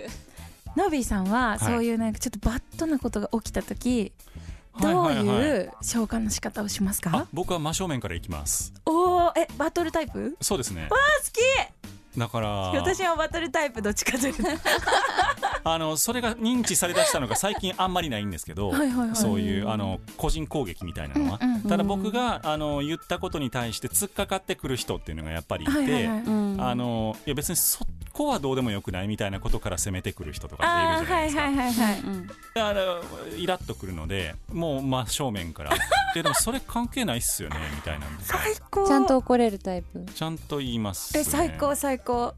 Speaker 4: ノビーさんはそういうなんかちょっとバッドなことが起きた時、
Speaker 2: ーブ
Speaker 4: どう
Speaker 2: はいはいはいいう
Speaker 4: 召喚の仕方をしますか、
Speaker 2: あ僕は真正面から行きます。
Speaker 4: おーえバトルタイプ
Speaker 2: そうですね。
Speaker 4: あ好
Speaker 2: だから
Speaker 4: き私はバトルタイプどっちかというと
Speaker 2: あのそれが認知されだしたのが最近あんまりないんですけど
Speaker 4: はいはいはい
Speaker 2: そういうあの個人攻撃みたいなのは、
Speaker 4: うんうん
Speaker 2: ただ僕があの言ったことに対して突っかかってくる人っていうのがやっぱりいて、
Speaker 4: はいはいはい
Speaker 5: うん
Speaker 2: あのいや別にそこはどうでもよくないみたいなことから攻めてくる人とかっ
Speaker 4: あ
Speaker 2: ている
Speaker 4: ー
Speaker 2: じゃない
Speaker 4: は
Speaker 2: で
Speaker 4: い
Speaker 2: すか、
Speaker 4: はいはいはい
Speaker 5: うん
Speaker 2: あのイラッとくるのでもう真正面からででもそれ関係ないっすよねみたいなんで
Speaker 4: 最高
Speaker 5: ちゃんと怒れるタイプ
Speaker 2: ちゃんと言います、ね、
Speaker 4: え最高最高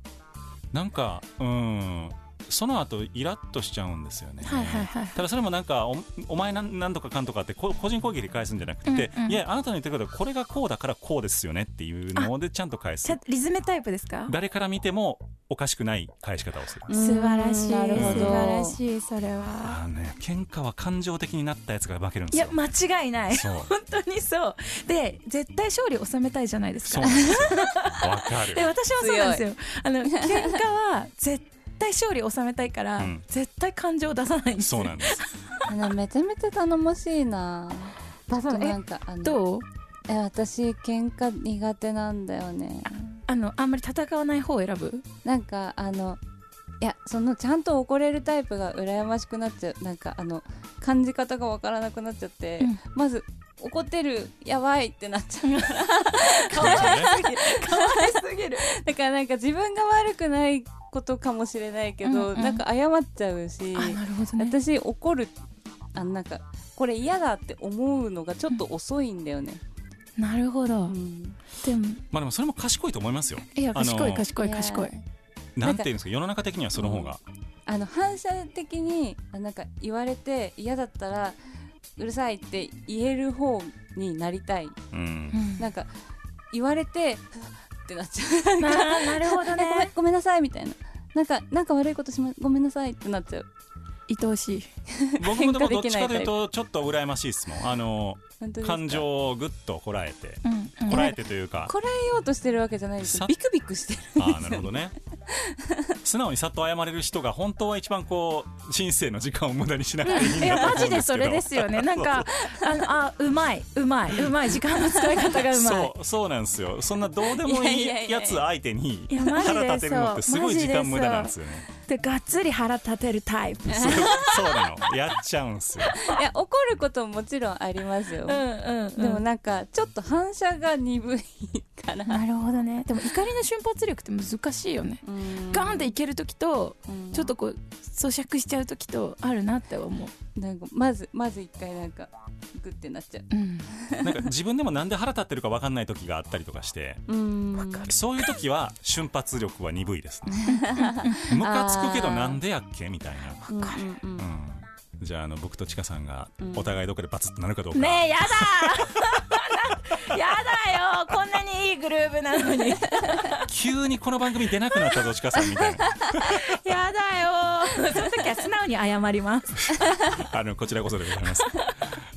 Speaker 2: なんかうんその後イラッとしちゃうんですよね、
Speaker 4: はいはいはい
Speaker 2: ただそれもなんかおお前なんなんとかかんとかってこ個人攻撃で返すんじゃなくて、
Speaker 4: うんうん
Speaker 2: いやあなたの言ってることはこれがこうだからこうですよねっていうのでちゃんと返
Speaker 4: ち
Speaker 2: す
Speaker 4: ゃんリズムタイプですか
Speaker 2: 誰から見てもおかしくない返し方をする、
Speaker 4: 素晴らしい素
Speaker 5: なるほど
Speaker 4: 晴らしいそれは
Speaker 2: あのね喧嘩は感情的になったやつが負けるんで
Speaker 4: い
Speaker 2: すよ
Speaker 4: や間違いない
Speaker 2: そう
Speaker 4: 本当にそうで絶対勝利を収めたいじゃないです
Speaker 2: そ
Speaker 4: か
Speaker 2: うなんですよわか
Speaker 4: で
Speaker 2: る
Speaker 4: 私もそうなんですよあの喧嘩は絶対勝利を収めたいから、
Speaker 2: うん
Speaker 4: 絶対感情を出さないんです
Speaker 2: そうなん です
Speaker 5: なめちゃめちゃ頼もしいな
Speaker 4: あそう
Speaker 5: ちょっとなんかあの
Speaker 4: どう
Speaker 5: え私喧嘩苦手なんだよね
Speaker 4: あのあんまり戦わない方を選ぶ
Speaker 5: なんかあのいやそのちゃんと怒れるタイプが羨ましくなっちゃうなんかあの感じ方がわからなくなっちゃって、
Speaker 4: うん
Speaker 5: まず怒ってるやばいってなっちゃうから
Speaker 2: そうですよね
Speaker 5: すぎるだからなんか自分が悪くないことかもしれないけど、
Speaker 4: うんうん
Speaker 5: なんか謝っちゃうし
Speaker 4: あなるほどね
Speaker 5: 私怒るあなんかこれ嫌だって思うのがちょっと遅いんだよね、
Speaker 4: なるほど、
Speaker 5: うん
Speaker 4: でも
Speaker 2: まあでもそれも賢いと思いますよ
Speaker 4: いや
Speaker 2: あの
Speaker 4: 賢い賢い
Speaker 5: いや
Speaker 4: 賢い
Speaker 2: なんていうんですか世の中的にはその方が、
Speaker 5: あの反射的にあなんか言われて嫌だったらうるさいって言える方になりたい
Speaker 2: うん
Speaker 4: うん
Speaker 5: なんか言われてってなっちゃう
Speaker 4: な
Speaker 5: なんか
Speaker 4: なるほど
Speaker 5: え ごめ
Speaker 4: ね
Speaker 5: んごめんなさいみたいななんかなんか悪いことしまごめんなさいってなっちゃう
Speaker 4: 愛おしい
Speaker 2: 僕もでもどっ
Speaker 5: 喧嘩でき
Speaker 2: ち
Speaker 5: ない
Speaker 2: かというとちょっと羨ましいですもんあの
Speaker 5: 本当ですか
Speaker 2: 感情をぐっとこらえて
Speaker 4: うんうん
Speaker 2: こらえてというか
Speaker 5: こらえようとしてるわけじゃないです
Speaker 2: さ
Speaker 5: よビクビクしてる
Speaker 2: ああなるほどね素直にさっと謝れる人が本当は一番こう人生の時間を無駄にしなくていいん
Speaker 4: いや
Speaker 2: だと思
Speaker 4: マ
Speaker 2: う
Speaker 4: ジ
Speaker 2: んで
Speaker 4: ですそ
Speaker 2: けど
Speaker 4: れですよねなんかあのあうまいうまいうまい時間の使い方がうまい
Speaker 2: そうそうなんですよそんなどうでもい
Speaker 5: いやいやいや
Speaker 2: い
Speaker 5: いや
Speaker 2: やつ相手に
Speaker 4: いやマジで
Speaker 2: 腹立てるのってすごい時間無駄なんですよね
Speaker 4: でがっつり腹立てるタイプ
Speaker 2: そうそうなのやっちゃうんですよ
Speaker 5: いや怒ることももちろんありますよ、
Speaker 4: んうん
Speaker 5: でもなんかちょっと反射が鈍いから、
Speaker 4: なるほどねでも怒りの瞬発力って難しいよね
Speaker 5: うん
Speaker 4: ガンっていける時と
Speaker 5: うん
Speaker 4: ちょっとこう咀嚼しちゃう時とあるなって思う、
Speaker 5: なんかまずまず一回なんかグッてなっちゃう
Speaker 4: うん、
Speaker 2: なんか自分でもなんで腹立ってるか分かんない時があったりとかして
Speaker 5: うんわ
Speaker 4: かる
Speaker 2: そういう時は瞬発力は鈍いですねムカつくけどなんでやっけみたい
Speaker 5: わかる、うんうん
Speaker 2: な、
Speaker 5: うん
Speaker 2: うん、じゃああの僕とちかさんが
Speaker 5: うん
Speaker 2: お互いどこでバツッとなるかどうか、
Speaker 4: ねえやだ やだよこんなにいいグルーブなのに
Speaker 2: 急にこの番組出なくなったぞちかさんみたいな
Speaker 4: やだよその時は素直に謝ります
Speaker 2: あのこちらこそでございます。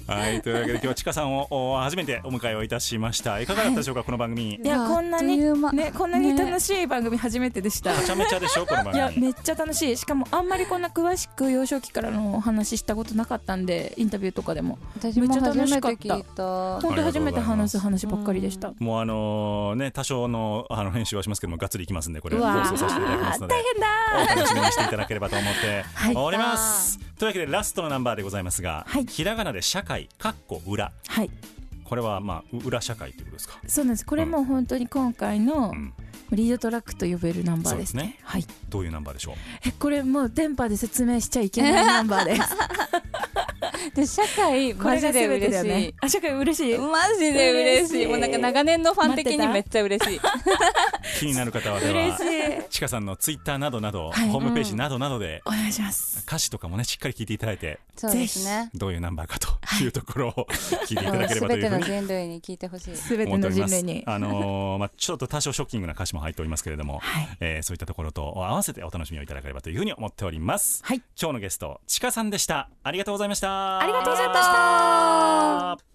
Speaker 2: はいというわけで今日はちかさんをお初めてお迎えをいたしました。いかがだったでしょうかこの番組。
Speaker 4: いやこんなに
Speaker 5: あっという間
Speaker 4: ねこんなに楽しい番組初めてでした、
Speaker 2: めちゃめちゃでしょこの番
Speaker 4: いや
Speaker 2: 組。
Speaker 4: めっちゃ楽しいしかもあんまりこんな詳しく幼少期からのお話ししたことなかったんでインタビューとかでも
Speaker 5: 私も初めて聞いた
Speaker 4: 本当初めて話す
Speaker 2: あ
Speaker 4: 話ばっかりでした
Speaker 2: もうあのね多少のあの編集はしますけどもがっつりいきますんでこれ
Speaker 4: うわ
Speaker 2: 放送
Speaker 4: ー
Speaker 2: させていただきますので
Speaker 4: 大変だ
Speaker 2: お楽しみにしていただければと思って
Speaker 4: はい
Speaker 2: おります。というわけでラストのナンバーでございますが、
Speaker 4: はい
Speaker 2: ひらがなで社会（かっこ裏
Speaker 4: はい、
Speaker 2: これはまあう裏社会ということですか。
Speaker 4: そうなんです。これも本当に今回の
Speaker 2: うん
Speaker 4: リードトラックと呼べるナンバーですね。
Speaker 2: そうですね
Speaker 4: はい。
Speaker 2: どういうナンバーでしょう。
Speaker 4: え、これもう電波で説明しちゃいけないナンバーです。
Speaker 5: で社会マジで嬉しい、
Speaker 4: あ社会嬉しい
Speaker 5: マジで嬉し
Speaker 4: 嬉し
Speaker 5: い
Speaker 4: い
Speaker 5: もうなんか長年のファン的にめっちゃ嬉しい
Speaker 2: 気になる方はで
Speaker 4: 嬉
Speaker 2: は
Speaker 4: しい
Speaker 2: ちかさんのツイッターなどなど、
Speaker 4: はい
Speaker 2: ホームページなどなどで
Speaker 4: お願いします
Speaker 2: 歌詞とかもねしっかり聞いていただいて
Speaker 5: そうですね
Speaker 2: どういうナンバーかというところを聞いていただけれ
Speaker 5: す
Speaker 2: ばと
Speaker 5: べ
Speaker 2: いうふう
Speaker 5: ての
Speaker 2: に
Speaker 5: 人類に聞いてほしい
Speaker 4: すべて
Speaker 2: 思ってお
Speaker 4: の
Speaker 2: りま
Speaker 4: 人
Speaker 2: す
Speaker 4: 類に
Speaker 2: あのーまあちょっと多少ショッキングな歌詞も入っておりますけれども、
Speaker 4: はい
Speaker 2: えーそういったところと合わせてお楽しみをいただければというふうに思っております、
Speaker 4: はい
Speaker 2: 今日のゲストちかさんでしたありがとうございました
Speaker 4: ありがとうございました
Speaker 2: ました